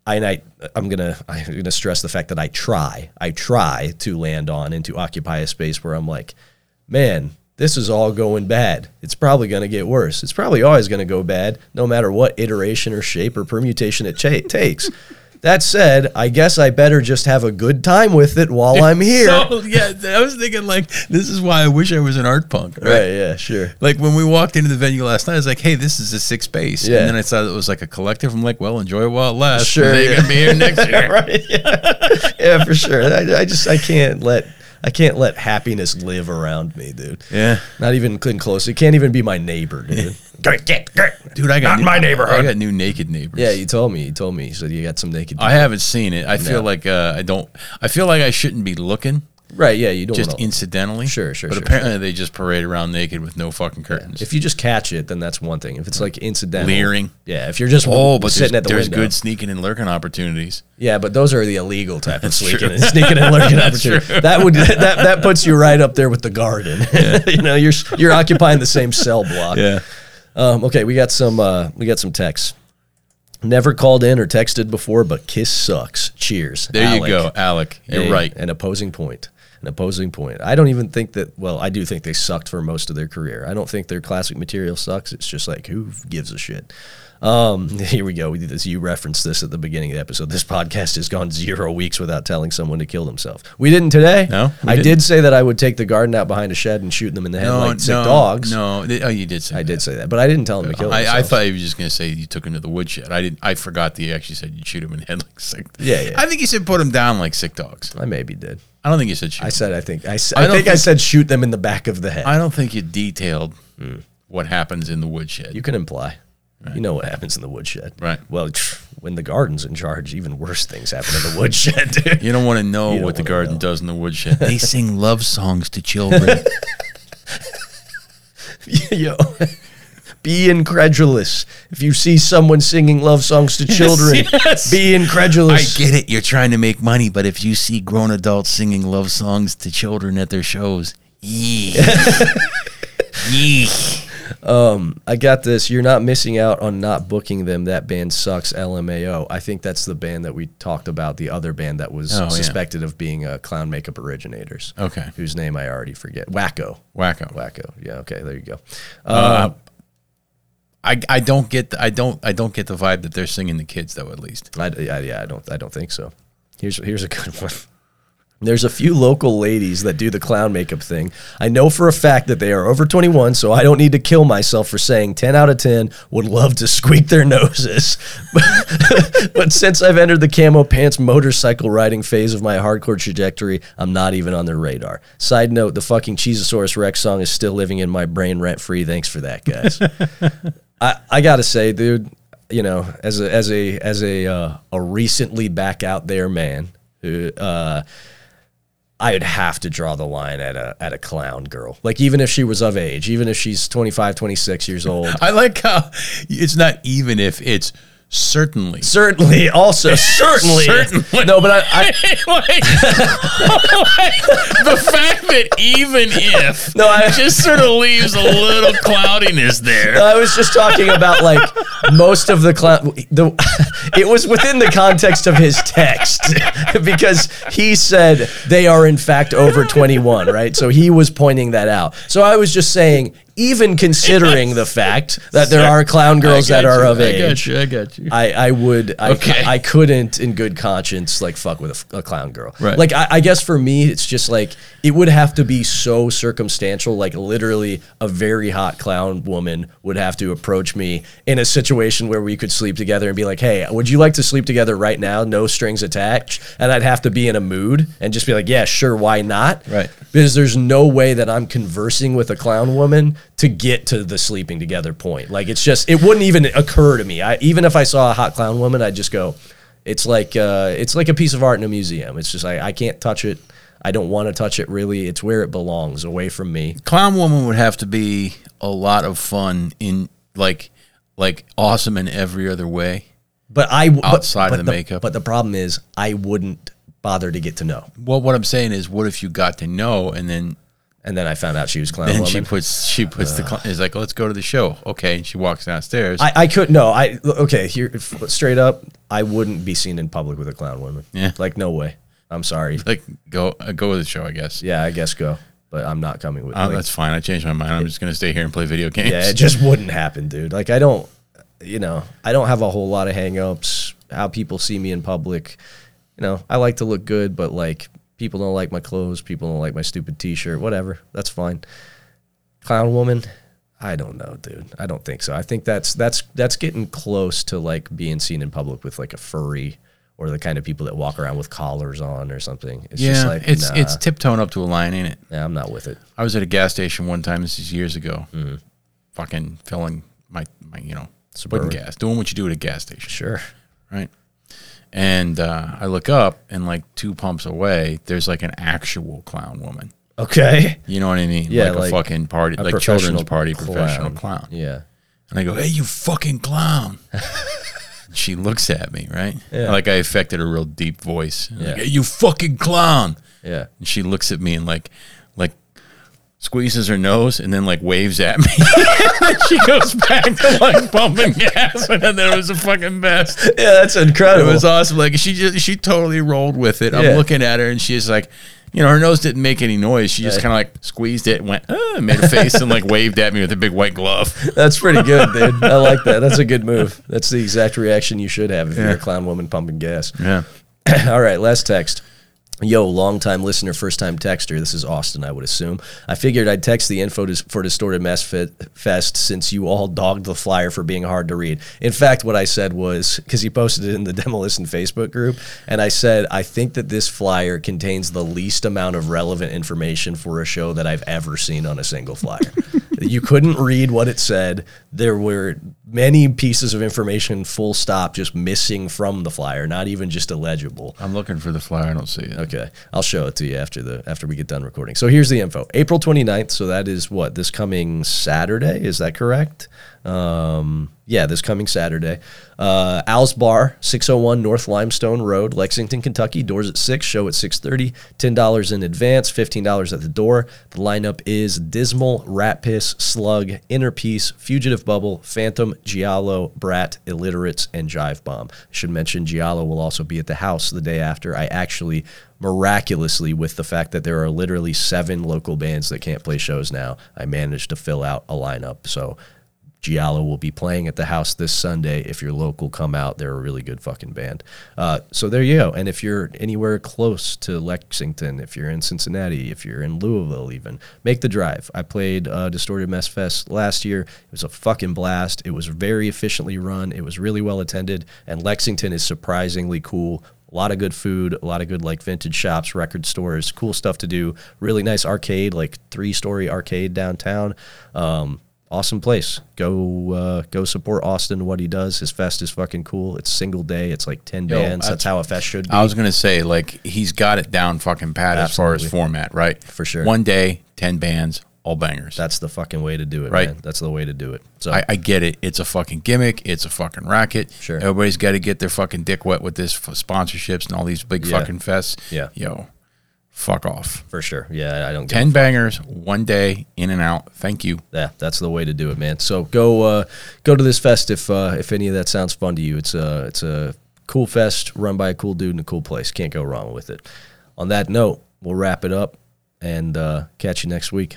A: I, and I, I'm gonna, I'm gonna stress the fact that I try, I try to land on and to occupy a space where I'm like, man, this is all going bad. It's probably gonna get worse. It's probably always gonna go bad, no matter what iteration or shape or permutation it cha- takes. That said, I guess I better just have a good time with it while I'm here.
B: So yeah, I was thinking like this is why I wish I was an art punk. Right.
A: right? Yeah, sure.
B: Like when we walked into the venue last night, I was like, "Hey, this is a six space."
A: Yeah.
B: And then I saw that it was like a collective. I'm like, "Well, enjoy it while it lasts.
A: Sure,
B: They're
A: yeah.
B: gonna be here next year."
A: right? Yeah. yeah, for sure. I, I just I can't let I can't let happiness live around me, dude.
B: Yeah.
A: Not even cl- close. It can't even be my neighbor, dude.
B: Dude, I got not my neighborhood. I got new naked neighbors.
A: yeah, you told me. You told me. You said you got some naked.
B: I haven't seen it. I feel like uh, I don't. I feel like I shouldn't be looking,
A: right. Yeah, you don't.
B: just
A: wanna-
B: incidentally.
A: Sure, sure,
B: But
A: sure,
B: apparently they just parade around naked with no fucking curtains.
A: if you just catch it, then that's one thing. If it's like incidental,
B: Leering.
A: Yeah, if you're just
B: oh, but
A: sitting
B: there's,
A: at the
B: there's
A: window.
B: good sneaking and lurking opportunities.
A: Yeah, but those are the illegal type of sneaking
B: true.
A: and, sneaking and lurking opportunity.
B: true.
A: That would that, that puts you right up there with the garden. you know, you're you're occupying the same cell block. Um, okay, we got some uh, we got some texts. Never called in or texted before, but kiss sucks. Cheers.
B: There
A: Alec.
B: you go, Alec. You're
A: A-
B: right.
A: An opposing point. An opposing point. I don't even think that. Well, I do think they sucked for most of their career. I don't think their classic material sucks. It's just like who gives a shit. Um, here we go. We did this. You referenced this at the beginning of the episode. This podcast has gone zero weeks without telling someone to kill themselves. We didn't today.
B: No, we
A: I
B: didn't.
A: did say that I would take the garden out behind a shed and shoot them in the head like sick dogs.
B: No, th- oh, you did say
A: I
B: that.
A: did say that, but I didn't tell them to kill
B: I, I
A: themselves.
B: thought he was just going to say you took him to the woodshed. I didn't. I forgot that he actually said you shoot him in the head like sick.
A: Yeah, yeah.
B: I think he said put him down like sick dogs.
A: I maybe did.
B: I don't think he said shoot.
A: I
B: him.
A: said I think I, s-
B: I
A: I
B: don't
A: think, I
B: think-
A: said shoot them in the back of the head.
B: I don't think you detailed
A: Hmm.
B: what happens in the woodshed.
A: you can imply. You know what happens in the woodshed,
B: Right.
A: Well, when the garden's in charge, even worse things happen in the woodshed. Dude.
B: You don't want to know
A: You don't
B: what the
A: wanna
B: garden
A: know.
B: does in the woodshed. They sing love songs to children.
A: Yo, be incredulous. If you see someone singing love songs to children,
B: yes.
A: be
B: I
A: incredulous.
B: get it. You're trying to make money, but if you see grown adults singing love songs to children at their shows, yee. yee.
A: I got this. You're not missing out on not booking them. That band sucks. LMAO. I think that's the band that we talked about. The other band that was
B: Oh, yeah.
A: suspected of being uh, clown makeup originators.
B: Okay. Oh.
A: Whose name I already forget. Wacko.
B: Wacko.
A: Wacko. Yeah. Okay. There you go.
B: I, I don't get the, I don't I don't get the vibe that they're singing the kids though at least.
A: I, I, yeah, I don't. I don't think so. Here's here's a good one. There's a few local ladies that do the clown makeup thing. I know for a fact that they are over 21, so I don't need to kill myself for saying 10 out of 10 would love to squeak their noses. but since I've entered the camo pants motorcycle riding phase of my hardcore trajectory, I'm not even on their radar. Side note, the fucking Cheezosaurus Rex song is still living in my brain rent free. Thanks for that, guys. I, I gotta say, dude, you know, as a as a as a uh, a recently back out there man, who, uh, I would have to draw the line at a at a clown girl. Like even if she was of age, even if she's 25, 26 years old.
B: I like how it's not even if it's certainly.
A: Certainly, also certainly,
B: Certainly.
A: No, but I, I
B: the fact that even if
A: no, I,
B: just sort of leaves a little cloudiness there.
A: I was just talking about like most of the clown. The it was within the context of his text because he said they are in fact over twenty one, right? So he was pointing that out. So I was just saying, even considering the fact that there are clown girls that are of
B: I got
A: age.
B: you. I got you.
A: I, I would I,
B: Okay.
A: I couldn't in good conscience like fuck with a f- a, clown girl
B: Right.
A: like I, I guess for me it's just like it would have to be so circumstantial like literally a very hot clown woman would have to approach me in a situation where we could sleep together and be like hey would you like to sleep together right now no strings attached and I'd have to be in a mood and just be like yeah sure why not
B: Right.
A: because there's no way that I'm conversing with a clown woman to get to the sleeping together point. Like it's just it wouldn't even occur to me. I even if I saw a hot clown woman, I'd just go. It's like uh, it's like a piece of art in a museum. It's just like I can't touch it. I don't want to touch it. Really, it's where it belongs, away from me.
B: Clown woman would have to be a lot of fun in like like awesome in every other way.
A: But I but-
B: Outside of
A: but
B: the makeup.
A: But the problem is, I wouldn't bother to get to know.
B: Well, what I'm saying is, what if you got to know and then
A: And then I found out she was a clown
B: and
A: woman.
B: she puts she puts the clown is like let's go to the show. Okay, and she walks downstairs.
A: I, I could no. I okay. Here, f- straight up, I wouldn't be seen in public with a clown woman.
B: Yeah.
A: like no way. I'm sorry.
B: like go uh, go to the show, I guess.
A: Yeah, I guess go, but I'm not coming with.
B: Oh,
A: like,
B: that's fine. I changed my mind. I'm just gonna stay here and play video games.
A: yeah, it just wouldn't happen, dude. Like I don't, you know, I don't have a whole lot of hangups. How people see me in public, you know, I like to look good, but like people don't like my clothes, people don't like my stupid T-shirt, whatever. That's fine. Clown woman, I don't know, dude. I don't think so. I think that's that's that's getting close to like being seen in public with like a furry. Or the kind of people that walk around with collars on or something. It's
B: yeah.
A: just like
B: it's
A: nah,
B: it's tiptoeing up to a line, ain't it?
A: nah, I'm not with it.
B: I was at a gas station one time. This is years ago.
A: Mm-hmm.
B: Fucking filling my my you know putting
A: Suburban.
B: gas, doing what you do at a gas station.
A: Sure.
B: right? And uh, I look up, and like two pumps away, there's like an actual clown woman.
A: Okay.
B: You know what I mean?
A: Yeah,
B: like,
A: like
B: a fucking party, like children's party, professional clown.
A: Yeah.
B: And I go, "Hey, you fucking clown!" she looks at me, right?
A: Yeah.
B: Like I affected a real deep voice. Like,
A: Yeah.
B: hey, you fucking clown!
A: Yeah.
B: And she looks at me and like, like squeezes her nose, and then like waves at me. And she goes back to like pumping gas, and then it was the fucking best.
A: Yeah, that's
B: It
A: incredible.
B: was awesome. Like she just she totally rolled with it.
A: Yeah.
B: I'm looking at her and she's like, you know, her nose didn't make any noise. She just kind of like squeezed it, and went, uh, made a face, and like waved at me with a big white glove.
A: That's pretty good, dude. I like that. That's a good move. That's the exact reaction you should have if you're a clown woman pumping gas.
B: Yeah.
A: All right, last text. Yo, longtime listener, first time texter. This is Austin, I would assume. I figured I'd text the info dis- for Distorted Mess Fe- Fest since you all dogged the flyer for being hard to read. In fact, what I said was because he posted it in the Demolition Facebook group, and I said, I think that this flyer contains the least amount of relevant information for a show that I've ever seen on a single flyer. you couldn't read what it said. There were many pieces of information, full stop, just missing from the flyer, not even just illegible.
B: I'm looking for the flyer. I don't see it.
A: Okay. I'll show it to you after the after we get done recording. So here's the info. April 29th, so that is what this coming Saturday, is that correct? Um, yeah, this coming Saturday. Uh, Al's Bar, 601 North Limestone Road, Lexington, Kentucky. Doors at 6, show at 6:30. $10 in advance, $15 at the door. The lineup is Dismal, Rat Piss, Slug, Inner Peace, Fugitive Bubble, Phantom, Giallo, Brat, Illiterates, and Jive Bomb. I should mention Giallo will also be at the house the day after. I actually miraculously with the fact that there are literally seven local bands that can't play shows now i managed to fill out a lineup so Giallo will be playing at the house this Sunday. If you're local, come out. They're a really good fucking band. Uh, so there you go. And if you're anywhere close to Lexington, if you're in Cincinnati, if you're in Louisville, even make the drive. I played uh, Distorted Mess Fest last year. It was a fucking blast. It was very efficiently run. It was really well attended. And Lexington is surprisingly cool. A lot of good food, a lot of good like vintage shops, record stores, cool stuff to do. Really nice arcade, like three story arcade downtown. Um, awesome place. Go uh, go support Austin. What he does, his fest is fucking cool. It's single day. It's like ten
B: Yo,
A: bands.
B: that's-
A: That's how a fest should be.
B: I was gonna say like he's got it down fucking pat as far as
A: Absolutely.
B: format, right?
A: For sure.
B: One day, ten bands, all bangers.
A: That's the fucking way to do it,
B: Right.
A: man. That's the way to do it. So
B: I, I get it. It's a fucking gimmick. It's a fucking racket.
A: Sure.
B: Everybody's got to get their fucking dick wet with this f- sponsorships and all these big
A: Yeah.
B: fucking fests.
A: Yeah.
B: Yo, fuck off.
A: for sure, yeah, I don't. get it.
B: 10 bangers, one day, in and out. Thank you.
A: yeah, that's the way to do it, man. So go uh, go to this fest if uh, if any of that sounds fun to you. It's a it's a cool fest run by a cool dude in a cool place. Can't go wrong with it. On that note, we'll wrap it up and uh, catch you next week.